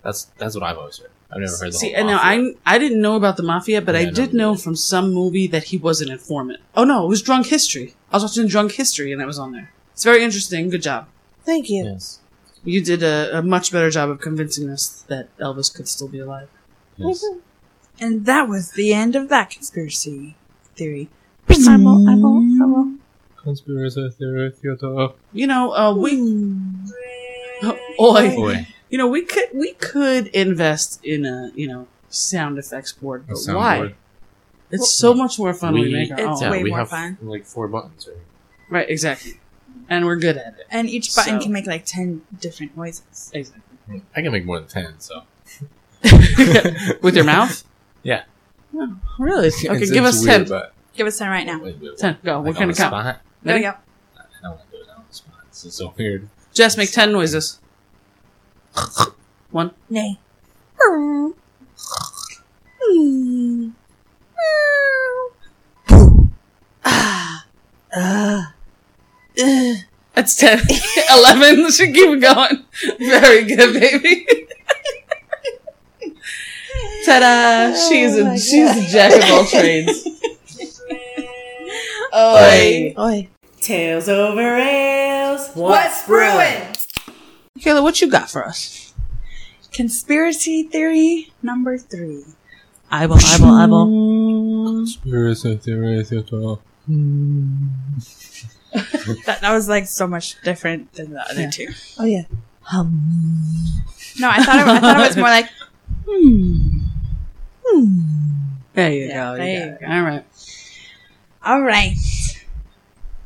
[SPEAKER 3] That's that's what I've always heard. I've never heard the
[SPEAKER 5] See,
[SPEAKER 3] whole.
[SPEAKER 5] and now
[SPEAKER 3] mafia.
[SPEAKER 5] I I didn't know about the mafia, but
[SPEAKER 3] Yeah,
[SPEAKER 5] I
[SPEAKER 3] no,
[SPEAKER 5] did
[SPEAKER 3] me
[SPEAKER 5] know
[SPEAKER 3] neither.
[SPEAKER 5] from some movie that he was an informant. Oh no, it was Drunk History. I was watching Drunk History, and it was on there. It's very interesting. Good job.
[SPEAKER 2] Thank you.
[SPEAKER 3] yes.
[SPEAKER 5] You did a, a much better job of convincing us that Elvis could still be alive.
[SPEAKER 3] yes.
[SPEAKER 4] And that was the end of that conspiracy theory. I'm all, I'm all, I'm all.
[SPEAKER 6] Conspiracy theory theater.
[SPEAKER 5] You know, uh, we. Oh, Oi.
[SPEAKER 3] Boy,
[SPEAKER 5] You know, we could we could invest in a you know sound effects board,
[SPEAKER 3] a
[SPEAKER 5] but why?
[SPEAKER 3] soundboard.
[SPEAKER 5] It's so much more fun when we make our
[SPEAKER 4] it's
[SPEAKER 5] own.
[SPEAKER 4] way
[SPEAKER 3] we
[SPEAKER 4] more
[SPEAKER 3] have
[SPEAKER 4] fun.
[SPEAKER 3] like four buttons. Right?
[SPEAKER 5] Right, exactly, and we're good at it.
[SPEAKER 4] And each button
[SPEAKER 5] So-
[SPEAKER 4] can make like 10 different noises.
[SPEAKER 5] Exactly.
[SPEAKER 3] here. I can make more than ten, so
[SPEAKER 5] With your mouth?
[SPEAKER 3] Yeah.
[SPEAKER 5] Oh, really? Okay,
[SPEAKER 3] It's-
[SPEAKER 5] give
[SPEAKER 3] it's
[SPEAKER 5] us
[SPEAKER 3] weird,
[SPEAKER 5] 10.
[SPEAKER 3] but-
[SPEAKER 4] Give us 10 right now.
[SPEAKER 3] Wait, wait, wait.
[SPEAKER 5] 10. Go.
[SPEAKER 3] Like
[SPEAKER 5] We're
[SPEAKER 3] on
[SPEAKER 5] going
[SPEAKER 3] the
[SPEAKER 5] to count.
[SPEAKER 3] spot?
[SPEAKER 4] There we go.
[SPEAKER 3] I don't want to do it on the spot. This is so weird.
[SPEAKER 5] Jess, make 10 noises. One.
[SPEAKER 4] Nay.
[SPEAKER 5] That's 10. 11. Should keep going. Very good, baby. Ta-da! She's a
[SPEAKER 2] my
[SPEAKER 5] she's a jack of all trades.
[SPEAKER 4] Oi.
[SPEAKER 2] Oi.
[SPEAKER 1] Tails over ales. What's
[SPEAKER 5] Kayla, what you got for us?
[SPEAKER 4] Conspiracy theory number three.
[SPEAKER 5] Eyeball, eyeball, eyeball.
[SPEAKER 6] Conspiracy theory theater.
[SPEAKER 4] That, that was like so much different than the other
[SPEAKER 5] Yeah.
[SPEAKER 4] two.
[SPEAKER 2] Oh yeah.
[SPEAKER 4] No, I thought it, I thought it was more like
[SPEAKER 5] There you
[SPEAKER 4] Yeah,
[SPEAKER 5] go. you got
[SPEAKER 4] there
[SPEAKER 5] it. All right.
[SPEAKER 4] All right.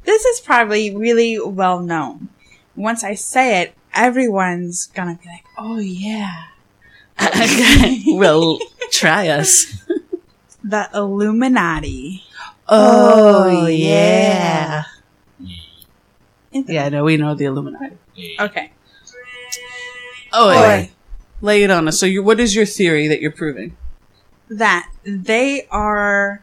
[SPEAKER 4] This is probably really well known. Once I say it, everyone's gonna be like, oh yeah.
[SPEAKER 5] well, try us.
[SPEAKER 4] The Illuminati.
[SPEAKER 2] Oh, yeah.
[SPEAKER 5] Yeah, no, we know the Illuminati.
[SPEAKER 4] Okay.
[SPEAKER 5] Oh,
[SPEAKER 2] Oi.
[SPEAKER 5] lay it on us. So, you, what is your theory that you're proving?
[SPEAKER 4] That they are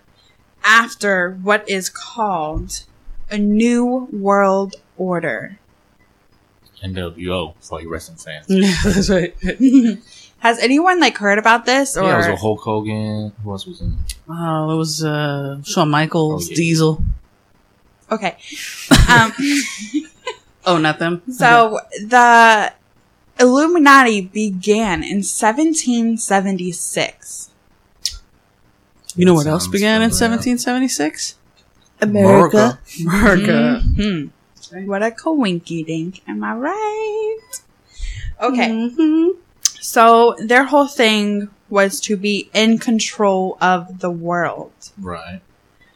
[SPEAKER 4] after what is called a New World Order.
[SPEAKER 3] NWO for you wrestling fans.
[SPEAKER 5] Yeah, that's right.
[SPEAKER 4] Has anyone like heard about this or
[SPEAKER 3] yeah, it was a Hulk Hogan. Who else was in? it?
[SPEAKER 5] Oh, it was uh, Shawn Michaels,
[SPEAKER 3] Oh, yeah.
[SPEAKER 5] Diesel.
[SPEAKER 4] okay. Um
[SPEAKER 5] Oh, not them.
[SPEAKER 4] So the Illuminati began in 1776.
[SPEAKER 5] you know what
[SPEAKER 3] That
[SPEAKER 5] else
[SPEAKER 3] sounds
[SPEAKER 5] began in
[SPEAKER 3] familiar.
[SPEAKER 5] 1776?
[SPEAKER 2] America.
[SPEAKER 5] America.
[SPEAKER 4] Mhm. What a coinky dink, am I right? Okay,
[SPEAKER 5] Mhm.
[SPEAKER 4] so their whole thing was to be in control of the world.
[SPEAKER 3] Right.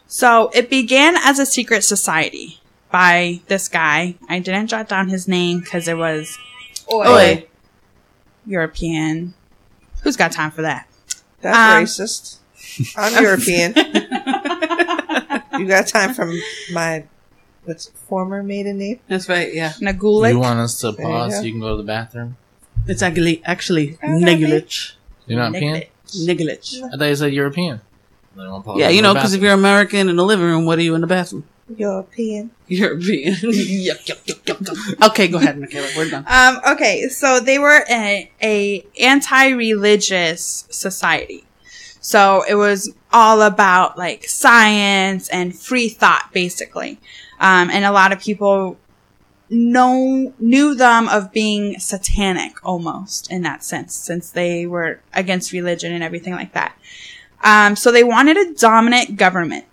[SPEAKER 4] So it began as a secret society by this guy. I didn't jot down his name because it was
[SPEAKER 5] Oi.
[SPEAKER 4] European. Who's got time for that?
[SPEAKER 2] That's
[SPEAKER 4] Um,
[SPEAKER 2] racist. I'm European. you got time from my what's it, former maiden name?
[SPEAKER 5] That's right, yeah.
[SPEAKER 4] Nagulic.
[SPEAKER 3] you want us to
[SPEAKER 2] There you
[SPEAKER 3] pause
[SPEAKER 2] go.
[SPEAKER 3] so you can go to the bathroom?
[SPEAKER 5] It's actually, actually
[SPEAKER 2] Oh, that'd be-
[SPEAKER 5] negligence.
[SPEAKER 3] You're not peeing.
[SPEAKER 4] Negligent.
[SPEAKER 5] Negligence.
[SPEAKER 3] I thought you said European. Then I won't pause
[SPEAKER 5] Yeah,
[SPEAKER 3] to
[SPEAKER 5] you know,
[SPEAKER 3] go to the
[SPEAKER 5] because if
[SPEAKER 3] bathroom.
[SPEAKER 5] you're American in the living room, what are you in the bathroom?
[SPEAKER 2] European.
[SPEAKER 5] European. yuck, yuck, yuck, yuck, yuck. Okay, go ahead, Michaela. We're done.
[SPEAKER 4] Um, okay, so they were a, a anti-religious society. So it was all about like science and free thought, basically. Um, and a lot of people know knew them of being satanic almost in that sense, since they were against religion and everything like that. Um, so they wanted a dominant government.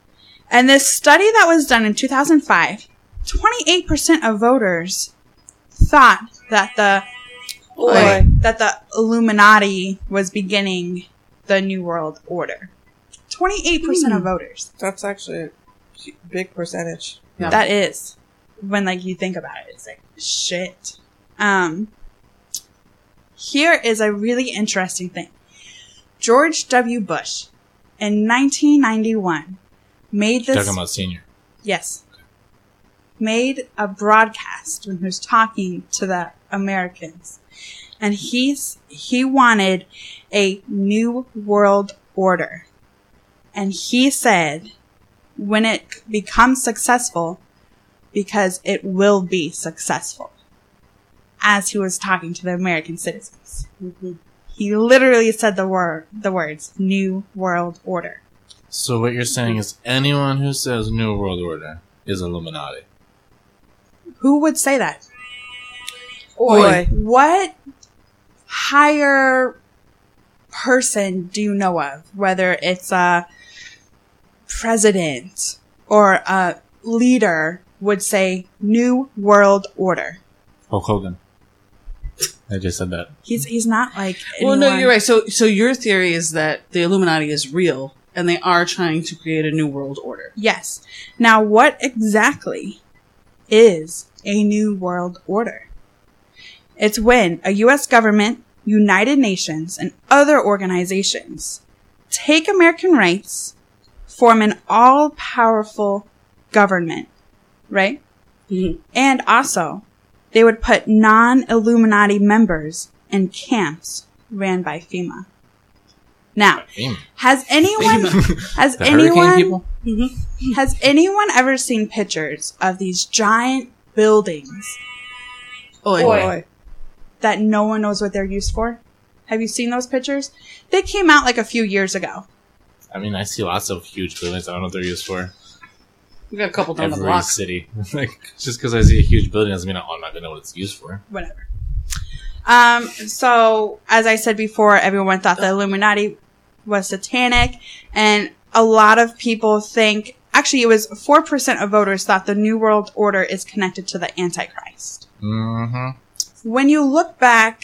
[SPEAKER 4] And this study that was done in 2005, 28% of voters thought that the
[SPEAKER 2] Boy.
[SPEAKER 4] that the Illuminati was beginning the New World Order. 28% of voters.
[SPEAKER 2] That's actually a hu- big percentage.
[SPEAKER 5] Yeah.
[SPEAKER 4] That is when like you think about it, it's like shit. Um here is a really interesting thing. George W. Bush in 1991 made this
[SPEAKER 3] Talking about senior.
[SPEAKER 4] Yes. Made a broadcast when he was talking to the Americans. And he's he wanted a new world order. And he said when it becomes successful because it will be successful. As he was talking to the American citizens.
[SPEAKER 5] Mm-hmm.
[SPEAKER 4] He literally said the word the words new world order.
[SPEAKER 3] So what you're saying is anyone who says New World Order is Illuminati.
[SPEAKER 4] Who would say that?
[SPEAKER 2] Boy.
[SPEAKER 4] what higher person do you know of whether it's a president or a leader would say new world order
[SPEAKER 3] Hulk Hogan. I just said that.
[SPEAKER 4] he's he's not like
[SPEAKER 5] Well, no,
[SPEAKER 4] anyone-
[SPEAKER 5] you're right. So, so your theory is that the Illuminati is real and they are trying to create a new world order.
[SPEAKER 4] yes now what exactly is a new world order it's when a us government united nations and other organizations take American rights, form an all powerful government, right?
[SPEAKER 3] Mm-hmm.
[SPEAKER 5] Mhm.
[SPEAKER 4] And also, they would put non Illuminati members in camps ran by FEMA. Now,
[SPEAKER 3] FEMA.
[SPEAKER 4] has anyone has
[SPEAKER 3] The hurricane
[SPEAKER 4] anyone
[SPEAKER 3] people?
[SPEAKER 4] has anyone ever seen pictures of these giant buildings
[SPEAKER 5] Oh,
[SPEAKER 2] Boy.
[SPEAKER 4] that no one knows what they're used for? Have you seen those pictures? They came out like a few years ago.
[SPEAKER 3] I mean, I see lots of huge buildings. I don't know what they're used for.
[SPEAKER 5] we got a couple down the
[SPEAKER 3] Every
[SPEAKER 5] block.
[SPEAKER 3] city. like, just because I see a huge building doesn't mean I- oh, I'm not going to know what it's used for.
[SPEAKER 4] whatever. Um, so as I said before, everyone thought the Illuminati was satanic, and a lot of people think actually it was four percent of voters thought the New World Order is connected to the Antichrist
[SPEAKER 3] Mm-hmm.
[SPEAKER 4] when you look back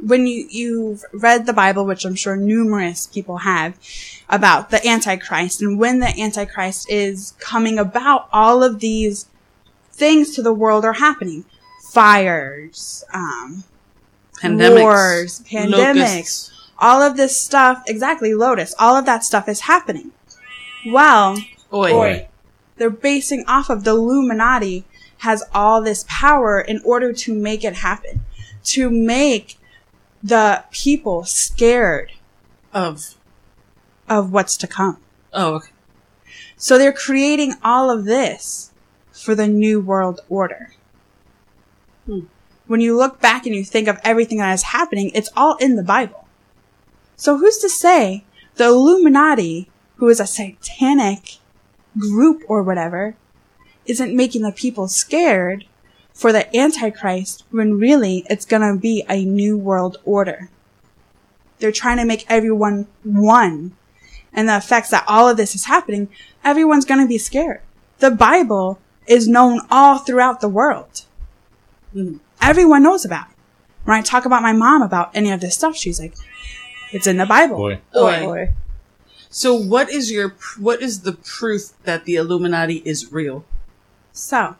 [SPEAKER 4] when you, you've read the bible which i'm sure numerous people have about the antichrist and when the antichrist is coming about all of these things to the world are happening fires um,
[SPEAKER 5] Pandemics.
[SPEAKER 4] wars pandemics
[SPEAKER 5] Locusts.
[SPEAKER 4] all of this stuff exactly lotus all of that stuff is happening well
[SPEAKER 5] Oi.
[SPEAKER 3] Oi.
[SPEAKER 4] they're basing off of the Illuminati has all this power in order to make it happen, to make the people scared
[SPEAKER 5] Of.
[SPEAKER 4] of what's to come.
[SPEAKER 5] Oh, okay.
[SPEAKER 4] So they're creating all of this for the new world order.
[SPEAKER 5] Hmm.
[SPEAKER 4] When you look back and you think of everything that is happening, it's all in the Bible. So who's to say the Illuminati, who is a satanic group or whatever, isn't making the people scared for the Antichrist when really it's gonna be a new world order? They're trying to make everyone one and the effects that all of this is happening, everyone's going to be scared. The Bible is known all throughout the world.
[SPEAKER 5] Mhm.
[SPEAKER 4] Everyone knows about it. When I talk about my mom about any of this stuff, she's like, it's in the Bible.
[SPEAKER 3] Boy.
[SPEAKER 5] Oi.
[SPEAKER 2] Boy.
[SPEAKER 5] So, what is your pr- what is the proof that the Illuminati is real?
[SPEAKER 4] So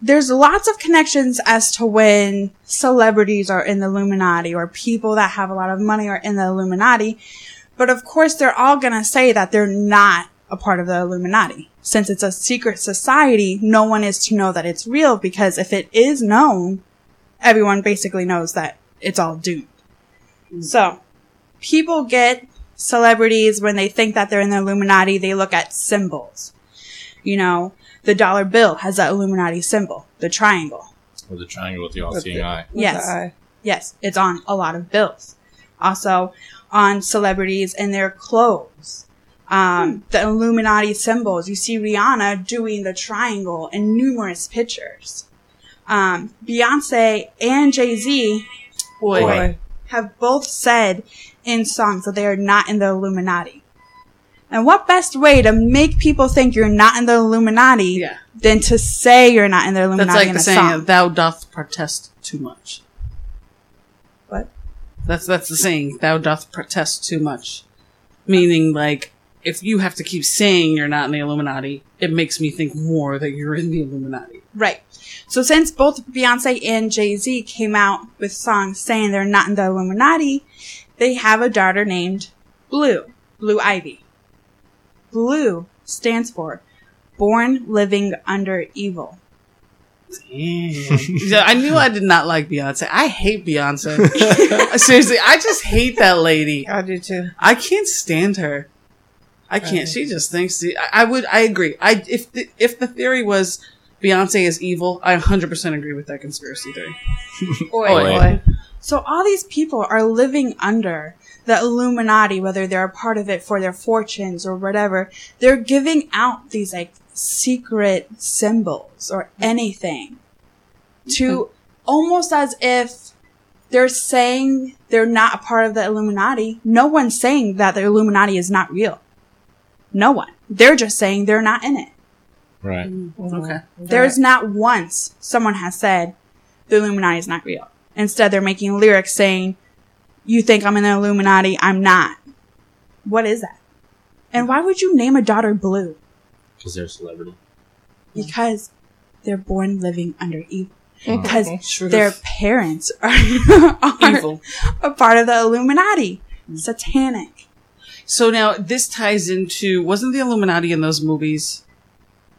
[SPEAKER 4] there's lots of connections as to when celebrities are in the Illuminati or people that have a lot of money are in the Illuminati. But of course, they're all going to say that they're not a part of the Illuminati. Since it's a secret society, no one is to know that it's real because if it is known, everyone basically knows that it's all doomed. So people get celebrities when they think that they're in the Illuminati, they look at symbols. You know, the dollar bill has that Illuminati symbol, the triangle.
[SPEAKER 3] With a triangle with the all
[SPEAKER 2] With
[SPEAKER 3] seeing
[SPEAKER 2] the-
[SPEAKER 3] eye.
[SPEAKER 2] With the
[SPEAKER 4] Yes.
[SPEAKER 2] eye.
[SPEAKER 4] Yes, it's on a lot of bills. also on celebrities and their clothes.
[SPEAKER 5] Hmm.
[SPEAKER 4] Um, the Illuminati symbols. You see Rihanna doing the triangle in numerous pictures. Um, Beyonce and Jay Z
[SPEAKER 5] Boy.
[SPEAKER 6] Boy.
[SPEAKER 4] have both said in songs that they are not in the Illuminati. And what best way to make people think you're not in the Illuminati
[SPEAKER 5] Yeah.
[SPEAKER 4] than to say you're not in the Illuminati
[SPEAKER 5] That's like
[SPEAKER 4] in
[SPEAKER 5] the
[SPEAKER 4] a
[SPEAKER 5] saying,
[SPEAKER 4] song?
[SPEAKER 5] "Thou doth protest too much."
[SPEAKER 2] What?
[SPEAKER 5] That's that's the saying, "Thou doth protest too much," meaning like if you have to keep saying you're not in the Illuminati, it makes me think more that you're in the Illuminati.
[SPEAKER 4] Right. So since both Beyonce and Jay Z came out with songs saying they're not in the Illuminati, they have a daughter named Blue, Blue Ivy. Blue stands for Born Living Under Evil.
[SPEAKER 5] yeah, I knew I did not like Beyonce. I hate Beyonce. Seriously, I just hate that lady.
[SPEAKER 2] I do too.
[SPEAKER 5] I can't stand her. I can't. She just thinks. The, I, I would. I agree. I if the, if the theory was Beyonce is evil, I 100 percent agree with that conspiracy theory.
[SPEAKER 6] Boy.
[SPEAKER 4] So all these people are living under the Illuminati, whether they're a part of it for their fortunes or whatever. They're giving out these like secret symbols or anything to almost as if they're saying they're not a part of the Illuminati. No one's saying that the Illuminati is not real. No one. They're just saying they're not in it.
[SPEAKER 6] Right.
[SPEAKER 5] Mm.
[SPEAKER 2] Mm-hmm.
[SPEAKER 5] Okay.
[SPEAKER 4] There's not once someone has said the Illuminati is not real. Instead, they're making lyrics saying, "You think I'm in the Illuminati? I'm not." What is that? And why would you name a daughter Blue?
[SPEAKER 6] Because they're a celebrity.
[SPEAKER 4] Because they're born living under evil.
[SPEAKER 6] Mhm.
[SPEAKER 4] Because
[SPEAKER 5] Sure.
[SPEAKER 4] their parents are, are
[SPEAKER 5] evil. Mm.
[SPEAKER 4] a part of the Illuminati, satanic.
[SPEAKER 5] So now this ties into wasn't the Illuminati in those movies?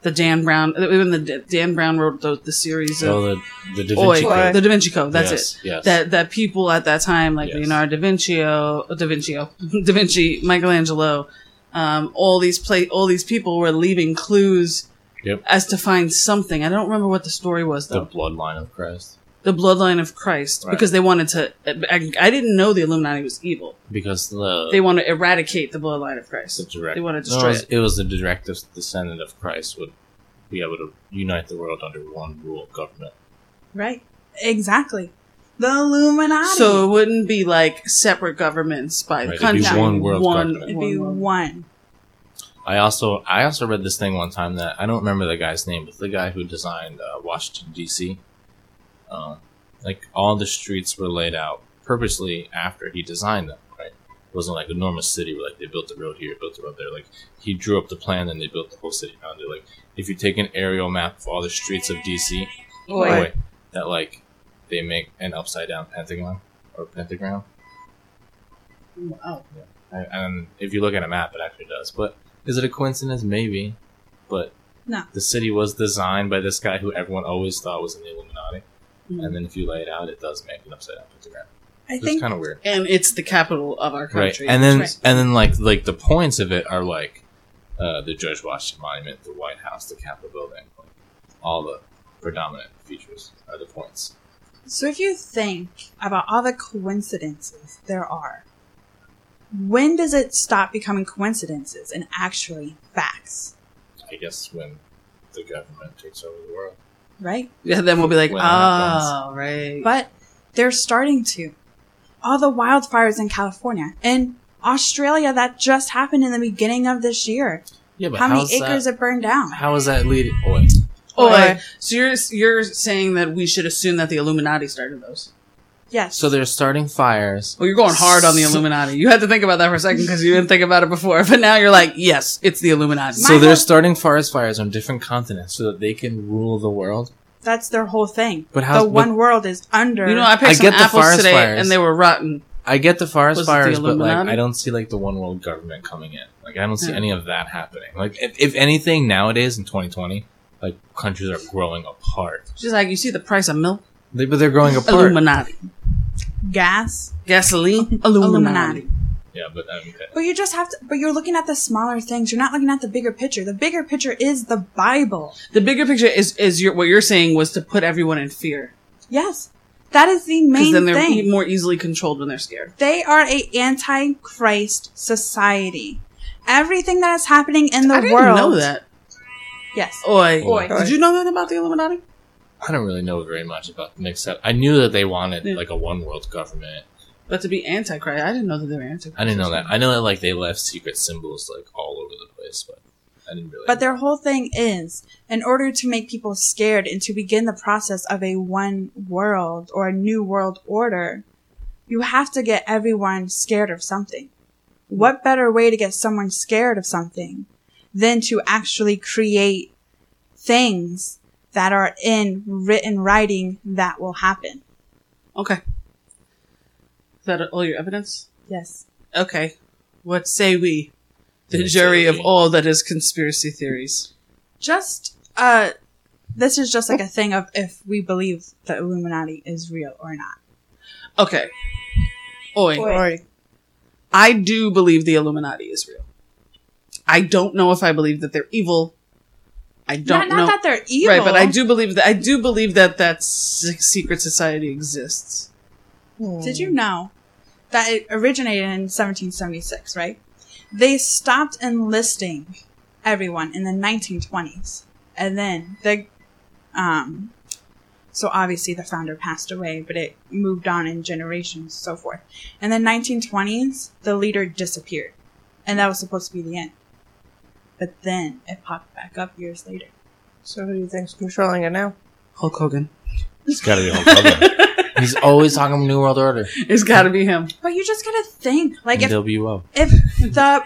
[SPEAKER 5] The Dan Brown, even the D- Dan Brown wrote the, the series of
[SPEAKER 6] So the, the Oh, Da
[SPEAKER 5] Oi,
[SPEAKER 6] Vinci Code.
[SPEAKER 5] the Da Vinci Code. That's
[SPEAKER 6] Yes,
[SPEAKER 5] it.
[SPEAKER 6] yes.
[SPEAKER 5] That that people at that time, like
[SPEAKER 6] Yes.
[SPEAKER 5] Leonardo da Vinci, uh, Da Vinci, oh, Da Vinci, Michelangelo, um, all these play, all these people were leaving clues
[SPEAKER 6] Yep.
[SPEAKER 5] as to find something. I don't remember what the story was
[SPEAKER 6] The
[SPEAKER 5] though.
[SPEAKER 6] bloodline of Christ.
[SPEAKER 5] The, bloodline of Christ,
[SPEAKER 6] Right.
[SPEAKER 5] because they wanted to. I, I didn't know the Illuminati was evil.
[SPEAKER 6] Because the
[SPEAKER 5] They want to eradicate the bloodline of Christ.
[SPEAKER 6] the direct
[SPEAKER 5] They want to
[SPEAKER 6] no,
[SPEAKER 5] destroy
[SPEAKER 6] it, was,
[SPEAKER 5] it.
[SPEAKER 6] it was the direct descendant of Christ would be able to unite the world under one rule of government.
[SPEAKER 4] Right. Exactly. The Illuminati.
[SPEAKER 5] So it wouldn't be like separate governments by
[SPEAKER 6] Right, it'd be
[SPEAKER 5] country.
[SPEAKER 6] one world
[SPEAKER 5] one,
[SPEAKER 6] government.
[SPEAKER 4] it'd be
[SPEAKER 5] one-
[SPEAKER 4] one.
[SPEAKER 6] I also I also read this thing one time that I don't remember the guy's name, but the guy who designed uh, Washington D.C. Uh, like all the streets were laid out purposely after he designed them. Right, it wasn't like a normal city where like they built the road here, built the road there. Like he drew up the plan and they built the whole city around it. Like if you take an aerial map of all the streets of D.C.,
[SPEAKER 5] Boy.
[SPEAKER 6] boy, that like they make an upside down pentagon or pentagram.
[SPEAKER 5] Wow.
[SPEAKER 6] And- and if you look at a map, it actually does. But is it a coincidence? Maybe, but
[SPEAKER 4] No.
[SPEAKER 6] The city was designed by this guy who everyone always thought was in the Illuminati, and then if you lay it out, it does make an upside down pentagram.
[SPEAKER 4] Hmm. I
[SPEAKER 6] It's
[SPEAKER 4] think
[SPEAKER 6] kind of weird,
[SPEAKER 5] and it's the capital of our
[SPEAKER 6] right?
[SPEAKER 5] country.
[SPEAKER 6] And then
[SPEAKER 4] Right.
[SPEAKER 6] and then like like the points of it are like uh, the George Washington Monument, the White House, the Capitol building, like, all the predominant features are the points.
[SPEAKER 4] So if you think about all the coincidences there are, when does it stop becoming coincidences and actually facts,
[SPEAKER 6] I guess when the government takes over the world,
[SPEAKER 4] right?
[SPEAKER 5] yeah, then we'll be like,
[SPEAKER 6] When it
[SPEAKER 5] oh, right.
[SPEAKER 4] But they're starting to. All the wildfires in California and Australia that just happened in the beginning of this year.
[SPEAKER 6] yeah. But
[SPEAKER 4] How many
[SPEAKER 6] how's
[SPEAKER 4] acres
[SPEAKER 6] That,
[SPEAKER 4] it burned down?
[SPEAKER 6] how is that leading? Oh,
[SPEAKER 5] oh,
[SPEAKER 4] Or-
[SPEAKER 5] like, so you're you're saying that we should assume that the Illuminati started those?
[SPEAKER 4] yes.
[SPEAKER 6] so they're starting fires.
[SPEAKER 5] Well, you're going hard on the Illuminati. You had to think about that for a second because you didn't think about it before, but now you're like, yes, it's the Illuminati.
[SPEAKER 4] My
[SPEAKER 6] so they're
[SPEAKER 4] hus-
[SPEAKER 6] starting forest fires on different continents so that they can rule the world.
[SPEAKER 4] That's their whole thing.
[SPEAKER 6] But how's-
[SPEAKER 4] the
[SPEAKER 6] but-
[SPEAKER 4] one world is under.
[SPEAKER 5] you know, I picked
[SPEAKER 6] I
[SPEAKER 5] some
[SPEAKER 6] get the
[SPEAKER 5] apples
[SPEAKER 6] forest
[SPEAKER 5] today
[SPEAKER 6] fires.
[SPEAKER 5] and they were rotten.
[SPEAKER 6] I get the forest
[SPEAKER 5] Was it the
[SPEAKER 6] fires, but like
[SPEAKER 5] Illuminati?
[SPEAKER 6] I don't see like the one world government coming in. Like I don't see
[SPEAKER 5] Yeah.
[SPEAKER 6] any of that happening. Like if, if anything nowadays in 2020, like countries are growing apart.
[SPEAKER 5] She's like, you see the price of milk?
[SPEAKER 6] They, but they're growing apart.
[SPEAKER 5] Illuminati.
[SPEAKER 4] gas.
[SPEAKER 5] Gasoline?
[SPEAKER 4] Illuminati.
[SPEAKER 5] Illuminati.
[SPEAKER 6] Yeah, but um, okay.
[SPEAKER 4] But you just have to. But you're looking at the smaller things. You're not looking at the bigger picture. The bigger picture is the Bible.
[SPEAKER 5] The bigger picture is is your what you're saying was to put everyone in fear.
[SPEAKER 4] Yes. That is the
[SPEAKER 5] Because
[SPEAKER 4] main
[SPEAKER 5] then they're
[SPEAKER 4] thing.
[SPEAKER 5] more easily controlled when they're scared.
[SPEAKER 4] They are a anti-Christ society. Everything that is happening in the
[SPEAKER 5] I didn't
[SPEAKER 4] world.
[SPEAKER 5] know that.
[SPEAKER 4] Yes.
[SPEAKER 5] Oi.
[SPEAKER 3] Oi.
[SPEAKER 5] Did you know that about the Illuminati?
[SPEAKER 3] I don't really know very much about them except I knew that they wanted
[SPEAKER 5] Yeah.
[SPEAKER 3] like a one world government.
[SPEAKER 5] But to be antichrist, I didn't know that they were antichrist.
[SPEAKER 3] I didn't know that. I know that like they left secret symbols like all over the place, but I didn't really.
[SPEAKER 4] But their whole thing is, in order to make people scared and to begin the process of a one world or a new world order, you have to get everyone scared of something. What better way to get someone scared of something than to actually create things that are in written writing that will happen?
[SPEAKER 5] Okay. Is that all your evidence?
[SPEAKER 4] Yes.
[SPEAKER 5] Okay. What say we? The
[SPEAKER 3] What say
[SPEAKER 5] jury of
[SPEAKER 3] we?
[SPEAKER 5] all that is conspiracy theories.
[SPEAKER 4] Just, uh, this is just like a thing of if we believe the Illuminati is real or not.
[SPEAKER 5] Okay. Oi.
[SPEAKER 2] Or
[SPEAKER 5] I do believe the Illuminati is real. I don't know if I believe that they're evil. I don't
[SPEAKER 4] not, not
[SPEAKER 5] know.
[SPEAKER 4] that they're evil.
[SPEAKER 5] Right, but I do believe that I do believe that that s- secret society exists.
[SPEAKER 2] Mm.
[SPEAKER 4] Did you know that it originated in 1776, right? They stopped enlisting everyone in the 1920s. And then the, um, so obviously the founder passed away, but it moved on in generations, so forth. In the 1920s, the leader disappeared. And that was supposed to be the end. But then it popped back up years later.
[SPEAKER 2] So who do you think's controlling it now?
[SPEAKER 5] Hulk Hogan.
[SPEAKER 3] it's got to be Hulk Hogan. He's always talking New World Order.
[SPEAKER 5] It's got to be him.
[SPEAKER 4] But you just gotta think, like,
[SPEAKER 3] Like
[SPEAKER 4] if,
[SPEAKER 3] NWO.
[SPEAKER 4] if the
[SPEAKER 5] Oi.
[SPEAKER 4] If the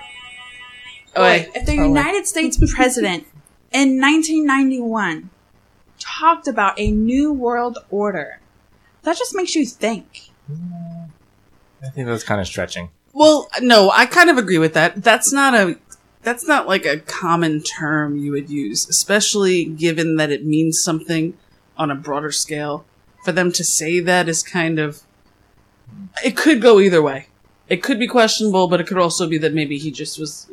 [SPEAKER 2] Oh, wait.
[SPEAKER 4] United States president in 1991 talked about a new world order, that just makes you think.
[SPEAKER 3] I think that's kind of stretching.
[SPEAKER 5] Well, no, I kind of agree with that. That's not a that's not like a common term you would use, especially given that it means something on a broader scale. For them to say that is kind of it could go either way. It could be questionable, but it could also be that maybe he just was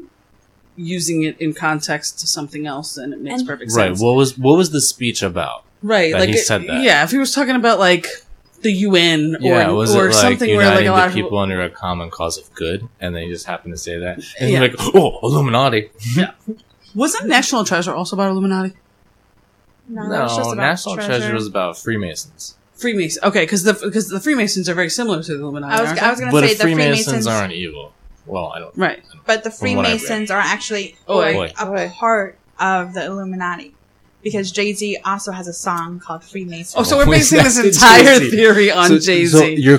[SPEAKER 5] using it in context to something else and it makes
[SPEAKER 4] And-
[SPEAKER 5] perfect
[SPEAKER 3] Right.
[SPEAKER 5] sense.
[SPEAKER 3] What was what was the speech about?
[SPEAKER 5] right.
[SPEAKER 3] that
[SPEAKER 5] Like
[SPEAKER 3] he
[SPEAKER 5] it-
[SPEAKER 3] said that.
[SPEAKER 5] Yeah, if he was talking about like the UN or,
[SPEAKER 3] yeah, was
[SPEAKER 5] or
[SPEAKER 3] it like
[SPEAKER 5] something
[SPEAKER 3] uniting
[SPEAKER 5] where like a lot
[SPEAKER 3] the
[SPEAKER 5] of
[SPEAKER 3] people under a common cause of good, and they just happened to say that, and
[SPEAKER 5] Yeah.
[SPEAKER 3] like, oh, Illuminati.
[SPEAKER 5] wasn't National Treasure also about Illuminati?
[SPEAKER 3] No, National Treasure. was about Uh, Freemasons,
[SPEAKER 5] Freemasons. Okay, because the because the Freemasons are very similar to the Illuminati.
[SPEAKER 4] I was,
[SPEAKER 5] aren't
[SPEAKER 4] I was
[SPEAKER 5] they?
[SPEAKER 4] gonna
[SPEAKER 3] but
[SPEAKER 4] say
[SPEAKER 3] if
[SPEAKER 4] the
[SPEAKER 3] Freemasons,
[SPEAKER 4] Freemasons,
[SPEAKER 3] aren't evil, well, I don't.
[SPEAKER 5] right.
[SPEAKER 4] but the
[SPEAKER 3] from what I read.
[SPEAKER 4] Freemasons are actually
[SPEAKER 5] Oh,
[SPEAKER 4] like,
[SPEAKER 3] wait.
[SPEAKER 4] a part of the Illuminati because Jay Z also has a song called Freemason.
[SPEAKER 5] Oh, so we're
[SPEAKER 3] Wait,
[SPEAKER 5] basing
[SPEAKER 3] that's
[SPEAKER 5] this
[SPEAKER 3] the
[SPEAKER 5] entire
[SPEAKER 3] Jay-Z.
[SPEAKER 5] theory on Jay Z.
[SPEAKER 3] your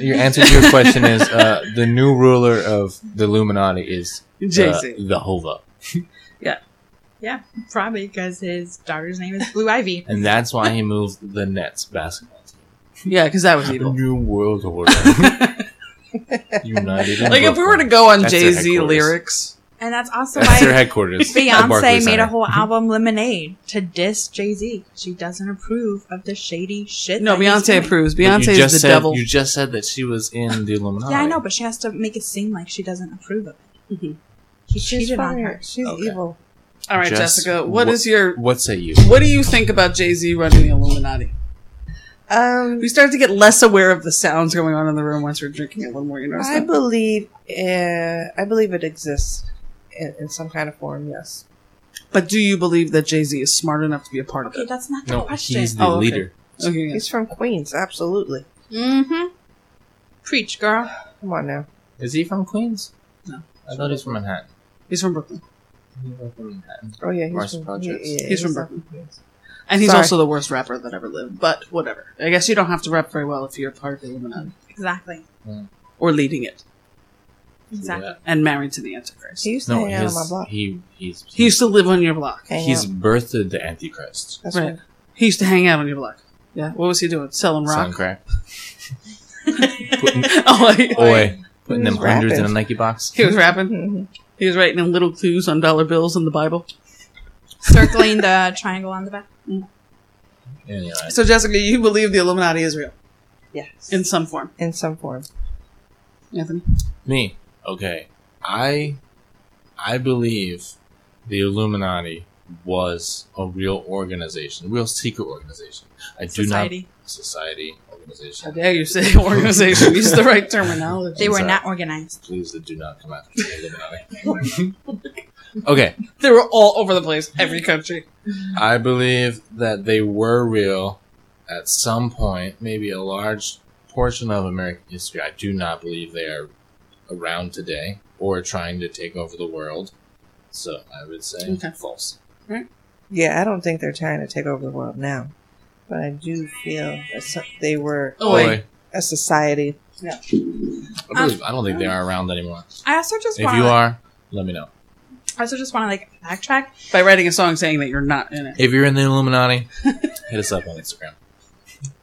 [SPEAKER 3] your answer to your question is uh, the new ruler of the Illuminati is
[SPEAKER 5] Jay Z.
[SPEAKER 3] the Hova,
[SPEAKER 4] Probably because his daughter's name is Blue Ivy.
[SPEAKER 3] and that's why he moved the Nets basketball team.
[SPEAKER 5] Yeah, because that was
[SPEAKER 3] The
[SPEAKER 5] evil.
[SPEAKER 3] new world order. United. in
[SPEAKER 5] Like if we were to
[SPEAKER 3] Brooklyn.
[SPEAKER 5] go on
[SPEAKER 3] That's their
[SPEAKER 5] Jay Z
[SPEAKER 3] headquarters.
[SPEAKER 5] lyrics,
[SPEAKER 4] And that's also
[SPEAKER 3] that's their
[SPEAKER 4] why
[SPEAKER 3] headquarters. at
[SPEAKER 4] Beyonce
[SPEAKER 3] Barclays
[SPEAKER 4] made
[SPEAKER 3] Center. Mm-hmm.
[SPEAKER 4] a whole album, Lemonade, to diss Jay Z. She doesn't approve of the shady shit.
[SPEAKER 5] no,
[SPEAKER 4] that he's doing.
[SPEAKER 5] Beyonce approves.
[SPEAKER 3] But you
[SPEAKER 5] Beyonce
[SPEAKER 3] just
[SPEAKER 5] is the
[SPEAKER 3] said-
[SPEAKER 5] devil.
[SPEAKER 3] You just said that she was in the Illuminati.
[SPEAKER 4] Yeah, I know, but she has to make it seem like she doesn't approve of it.
[SPEAKER 5] Mhm.
[SPEAKER 4] He
[SPEAKER 2] She's
[SPEAKER 4] cheated on
[SPEAKER 2] fucking-
[SPEAKER 4] her.
[SPEAKER 2] She's
[SPEAKER 3] Okay.
[SPEAKER 2] evil.
[SPEAKER 5] All right,
[SPEAKER 3] Just-
[SPEAKER 5] Jessica, what is your
[SPEAKER 3] What say you?
[SPEAKER 5] what do you think about Jay Z running the Illuminati?
[SPEAKER 2] Um,
[SPEAKER 5] We start to get less aware of the sounds going on in the room once we're drinking a little more. You know,
[SPEAKER 2] I believe, uh, I believe it exists in, in some kind of form. Yes.
[SPEAKER 5] but do you believe that Jay Z is smart enough to be a part of
[SPEAKER 4] Okay,
[SPEAKER 5] it?
[SPEAKER 4] that's not the
[SPEAKER 3] No,
[SPEAKER 4] question.
[SPEAKER 3] he's the
[SPEAKER 5] Oh, okay.
[SPEAKER 3] leader.
[SPEAKER 5] Okay, yeah.
[SPEAKER 2] He's from Queens, absolutely.
[SPEAKER 4] Mm-hmm. Preach, girl.
[SPEAKER 2] Come on now.
[SPEAKER 3] Is he from Queens?
[SPEAKER 5] No.
[SPEAKER 3] I thought he's from Manhattan.
[SPEAKER 5] he's from Brooklyn,
[SPEAKER 3] He's from Manhattan.
[SPEAKER 2] Oh yeah, he's
[SPEAKER 3] Mars
[SPEAKER 2] from,
[SPEAKER 3] Projects.
[SPEAKER 5] He's from
[SPEAKER 2] not
[SPEAKER 5] Brooklyn.
[SPEAKER 2] Queens.
[SPEAKER 5] and he's
[SPEAKER 2] Sorry.
[SPEAKER 5] also the worst rapper that ever lived. But whatever. I guess you don't have to rap very well if you're a part of the Illuminati
[SPEAKER 4] Exactly.
[SPEAKER 5] or leading it
[SPEAKER 4] Exactly.
[SPEAKER 3] Yeah.
[SPEAKER 5] and married to the Antichrist.
[SPEAKER 2] He
[SPEAKER 5] He,
[SPEAKER 2] used to
[SPEAKER 3] No,
[SPEAKER 2] hang out on
[SPEAKER 3] his,
[SPEAKER 2] my block.
[SPEAKER 3] he he's
[SPEAKER 5] used to live on your block.
[SPEAKER 2] Hang
[SPEAKER 3] he's
[SPEAKER 2] out.
[SPEAKER 3] birthed the Antichrist.
[SPEAKER 2] That's
[SPEAKER 5] right.
[SPEAKER 2] right.
[SPEAKER 5] He used to hang out on your block. Yeah. What was he doing? Selling
[SPEAKER 3] Sound
[SPEAKER 5] rock.
[SPEAKER 3] crack.
[SPEAKER 5] oh, he-
[SPEAKER 3] Oi, putting them
[SPEAKER 2] Who's rapping?
[SPEAKER 3] hundreds in a Nike box.
[SPEAKER 5] he was rapping.
[SPEAKER 2] Mhm.
[SPEAKER 5] He was writing in little clues on dollar bills in the Bible.
[SPEAKER 4] Circling the triangle on the back.
[SPEAKER 3] Anyway,
[SPEAKER 5] So Jessica, you believe the Illuminati is real
[SPEAKER 2] Yes.
[SPEAKER 5] in some form,
[SPEAKER 2] in some form.
[SPEAKER 5] Anthony?
[SPEAKER 3] me. Okay, I I believe the Illuminati was a real organization, real secret organization. I do
[SPEAKER 4] Society.
[SPEAKER 3] not society
[SPEAKER 5] How
[SPEAKER 3] organization.
[SPEAKER 5] dare you say organization? Use the right terminology.
[SPEAKER 4] They were
[SPEAKER 3] Sorry.
[SPEAKER 4] not organized.
[SPEAKER 3] Please do not come after me. Illuminati. okay,
[SPEAKER 5] They were all over the place, every country.
[SPEAKER 3] I believe that they were real at some point, maybe a large portion of American history. I do not believe they are around today or trying to take over the world. So I would say
[SPEAKER 5] Okay.
[SPEAKER 3] false.
[SPEAKER 2] Yeah, I don't think they're trying to take over the world now, but I do feel that so- they were
[SPEAKER 5] Oh, wait.
[SPEAKER 2] a society.
[SPEAKER 3] I, believe, I don't think they are around anymore.
[SPEAKER 4] I also just
[SPEAKER 3] If
[SPEAKER 4] want
[SPEAKER 3] you
[SPEAKER 4] to.
[SPEAKER 3] are, let me know.
[SPEAKER 4] I also just want to like backtrack.
[SPEAKER 5] By writing a song saying that you're not in it.
[SPEAKER 3] If you're in the Illuminati, hit us up on Instagram.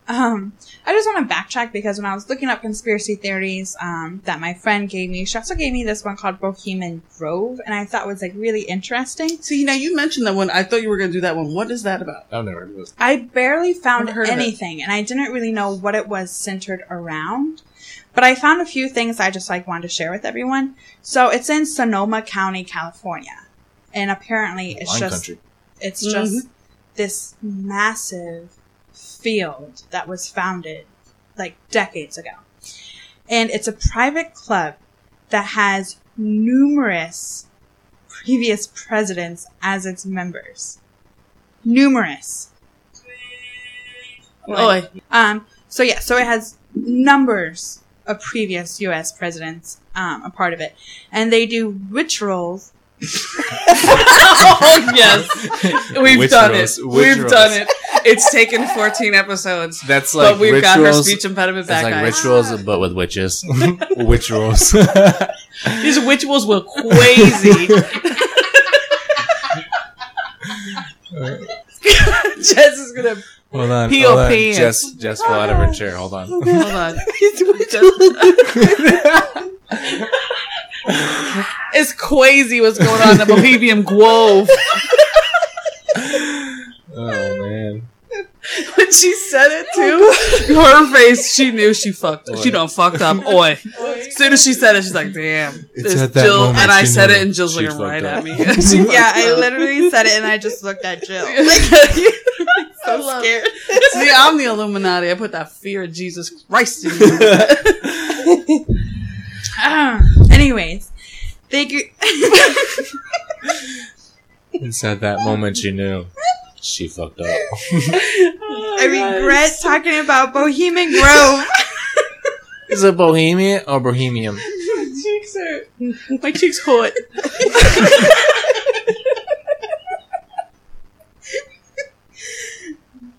[SPEAKER 4] Um, I just want to backtrack because when I was looking up conspiracy theories, um, that my friend gave me, she also gave me this one called Bohemian Grove, and I thought was like really interesting.
[SPEAKER 5] See, now you mentioned that one. I thought you were going to do that one. What is that about?
[SPEAKER 3] I've never heard of this.
[SPEAKER 4] I barely found
[SPEAKER 5] Never heard of it.
[SPEAKER 4] anything, and I didn't really know what it was centered around. But I found a few things I just like wanted to share with everyone. So it's in Sonoma County, California, and apparently it's
[SPEAKER 3] Wine
[SPEAKER 4] just
[SPEAKER 3] country.
[SPEAKER 4] It's just this massive field that was founded like decades ago. And it's a private club that has numerous previous presidents as its members. Numerous.
[SPEAKER 5] Oh, I-
[SPEAKER 4] Um, so yeah, so it has numbers of previous U.S. presidents um, a part of it, and they do rituals.
[SPEAKER 5] oh yes, we've
[SPEAKER 3] Witch
[SPEAKER 5] done
[SPEAKER 3] rolls,
[SPEAKER 5] it.
[SPEAKER 3] witch
[SPEAKER 5] We've
[SPEAKER 3] rolls.
[SPEAKER 5] done it. It's taken 14 episodes,
[SPEAKER 3] That's like
[SPEAKER 5] but we've
[SPEAKER 3] rituals.
[SPEAKER 5] got her speech impediment back.
[SPEAKER 3] That's like
[SPEAKER 5] guys.
[SPEAKER 3] rituals, but with witches. Witch rolls.
[SPEAKER 5] These rituals were crazy. Jess is gonna
[SPEAKER 3] Hold on.
[SPEAKER 5] Peel
[SPEAKER 3] hold on.
[SPEAKER 5] pants.
[SPEAKER 3] Jess, Jess fell out of her chair. Hold on.
[SPEAKER 5] hold on. It's crazy what's going on in the Bohemian Grove.
[SPEAKER 3] oh man.
[SPEAKER 5] When she said it too, her face, she knew she fucked.
[SPEAKER 3] Oi.
[SPEAKER 5] She done fucked up. Oi. As soon as she said it, she's like, damn.
[SPEAKER 6] It's
[SPEAKER 5] This
[SPEAKER 6] at that
[SPEAKER 5] Jill,
[SPEAKER 6] moment
[SPEAKER 5] and I
[SPEAKER 6] she
[SPEAKER 5] said
[SPEAKER 6] knew
[SPEAKER 5] it, and Jill's
[SPEAKER 3] she
[SPEAKER 5] looking right
[SPEAKER 3] fucked
[SPEAKER 5] at
[SPEAKER 3] up.
[SPEAKER 5] me. She fucked
[SPEAKER 4] Yeah, I
[SPEAKER 5] up.
[SPEAKER 4] literally said it, and I just looked at Jill.
[SPEAKER 5] I love it. See, I'm the Illuminati. I put that fear of Jesus Christ in you.
[SPEAKER 4] Ah, anyways, they g-
[SPEAKER 3] It's at that moment she knew she fucked up.
[SPEAKER 4] I
[SPEAKER 5] Oh
[SPEAKER 4] regret talking about Bohemian Grove.
[SPEAKER 3] Is it Bohemian or Bohemian?
[SPEAKER 5] cheeks are my cheeks hot.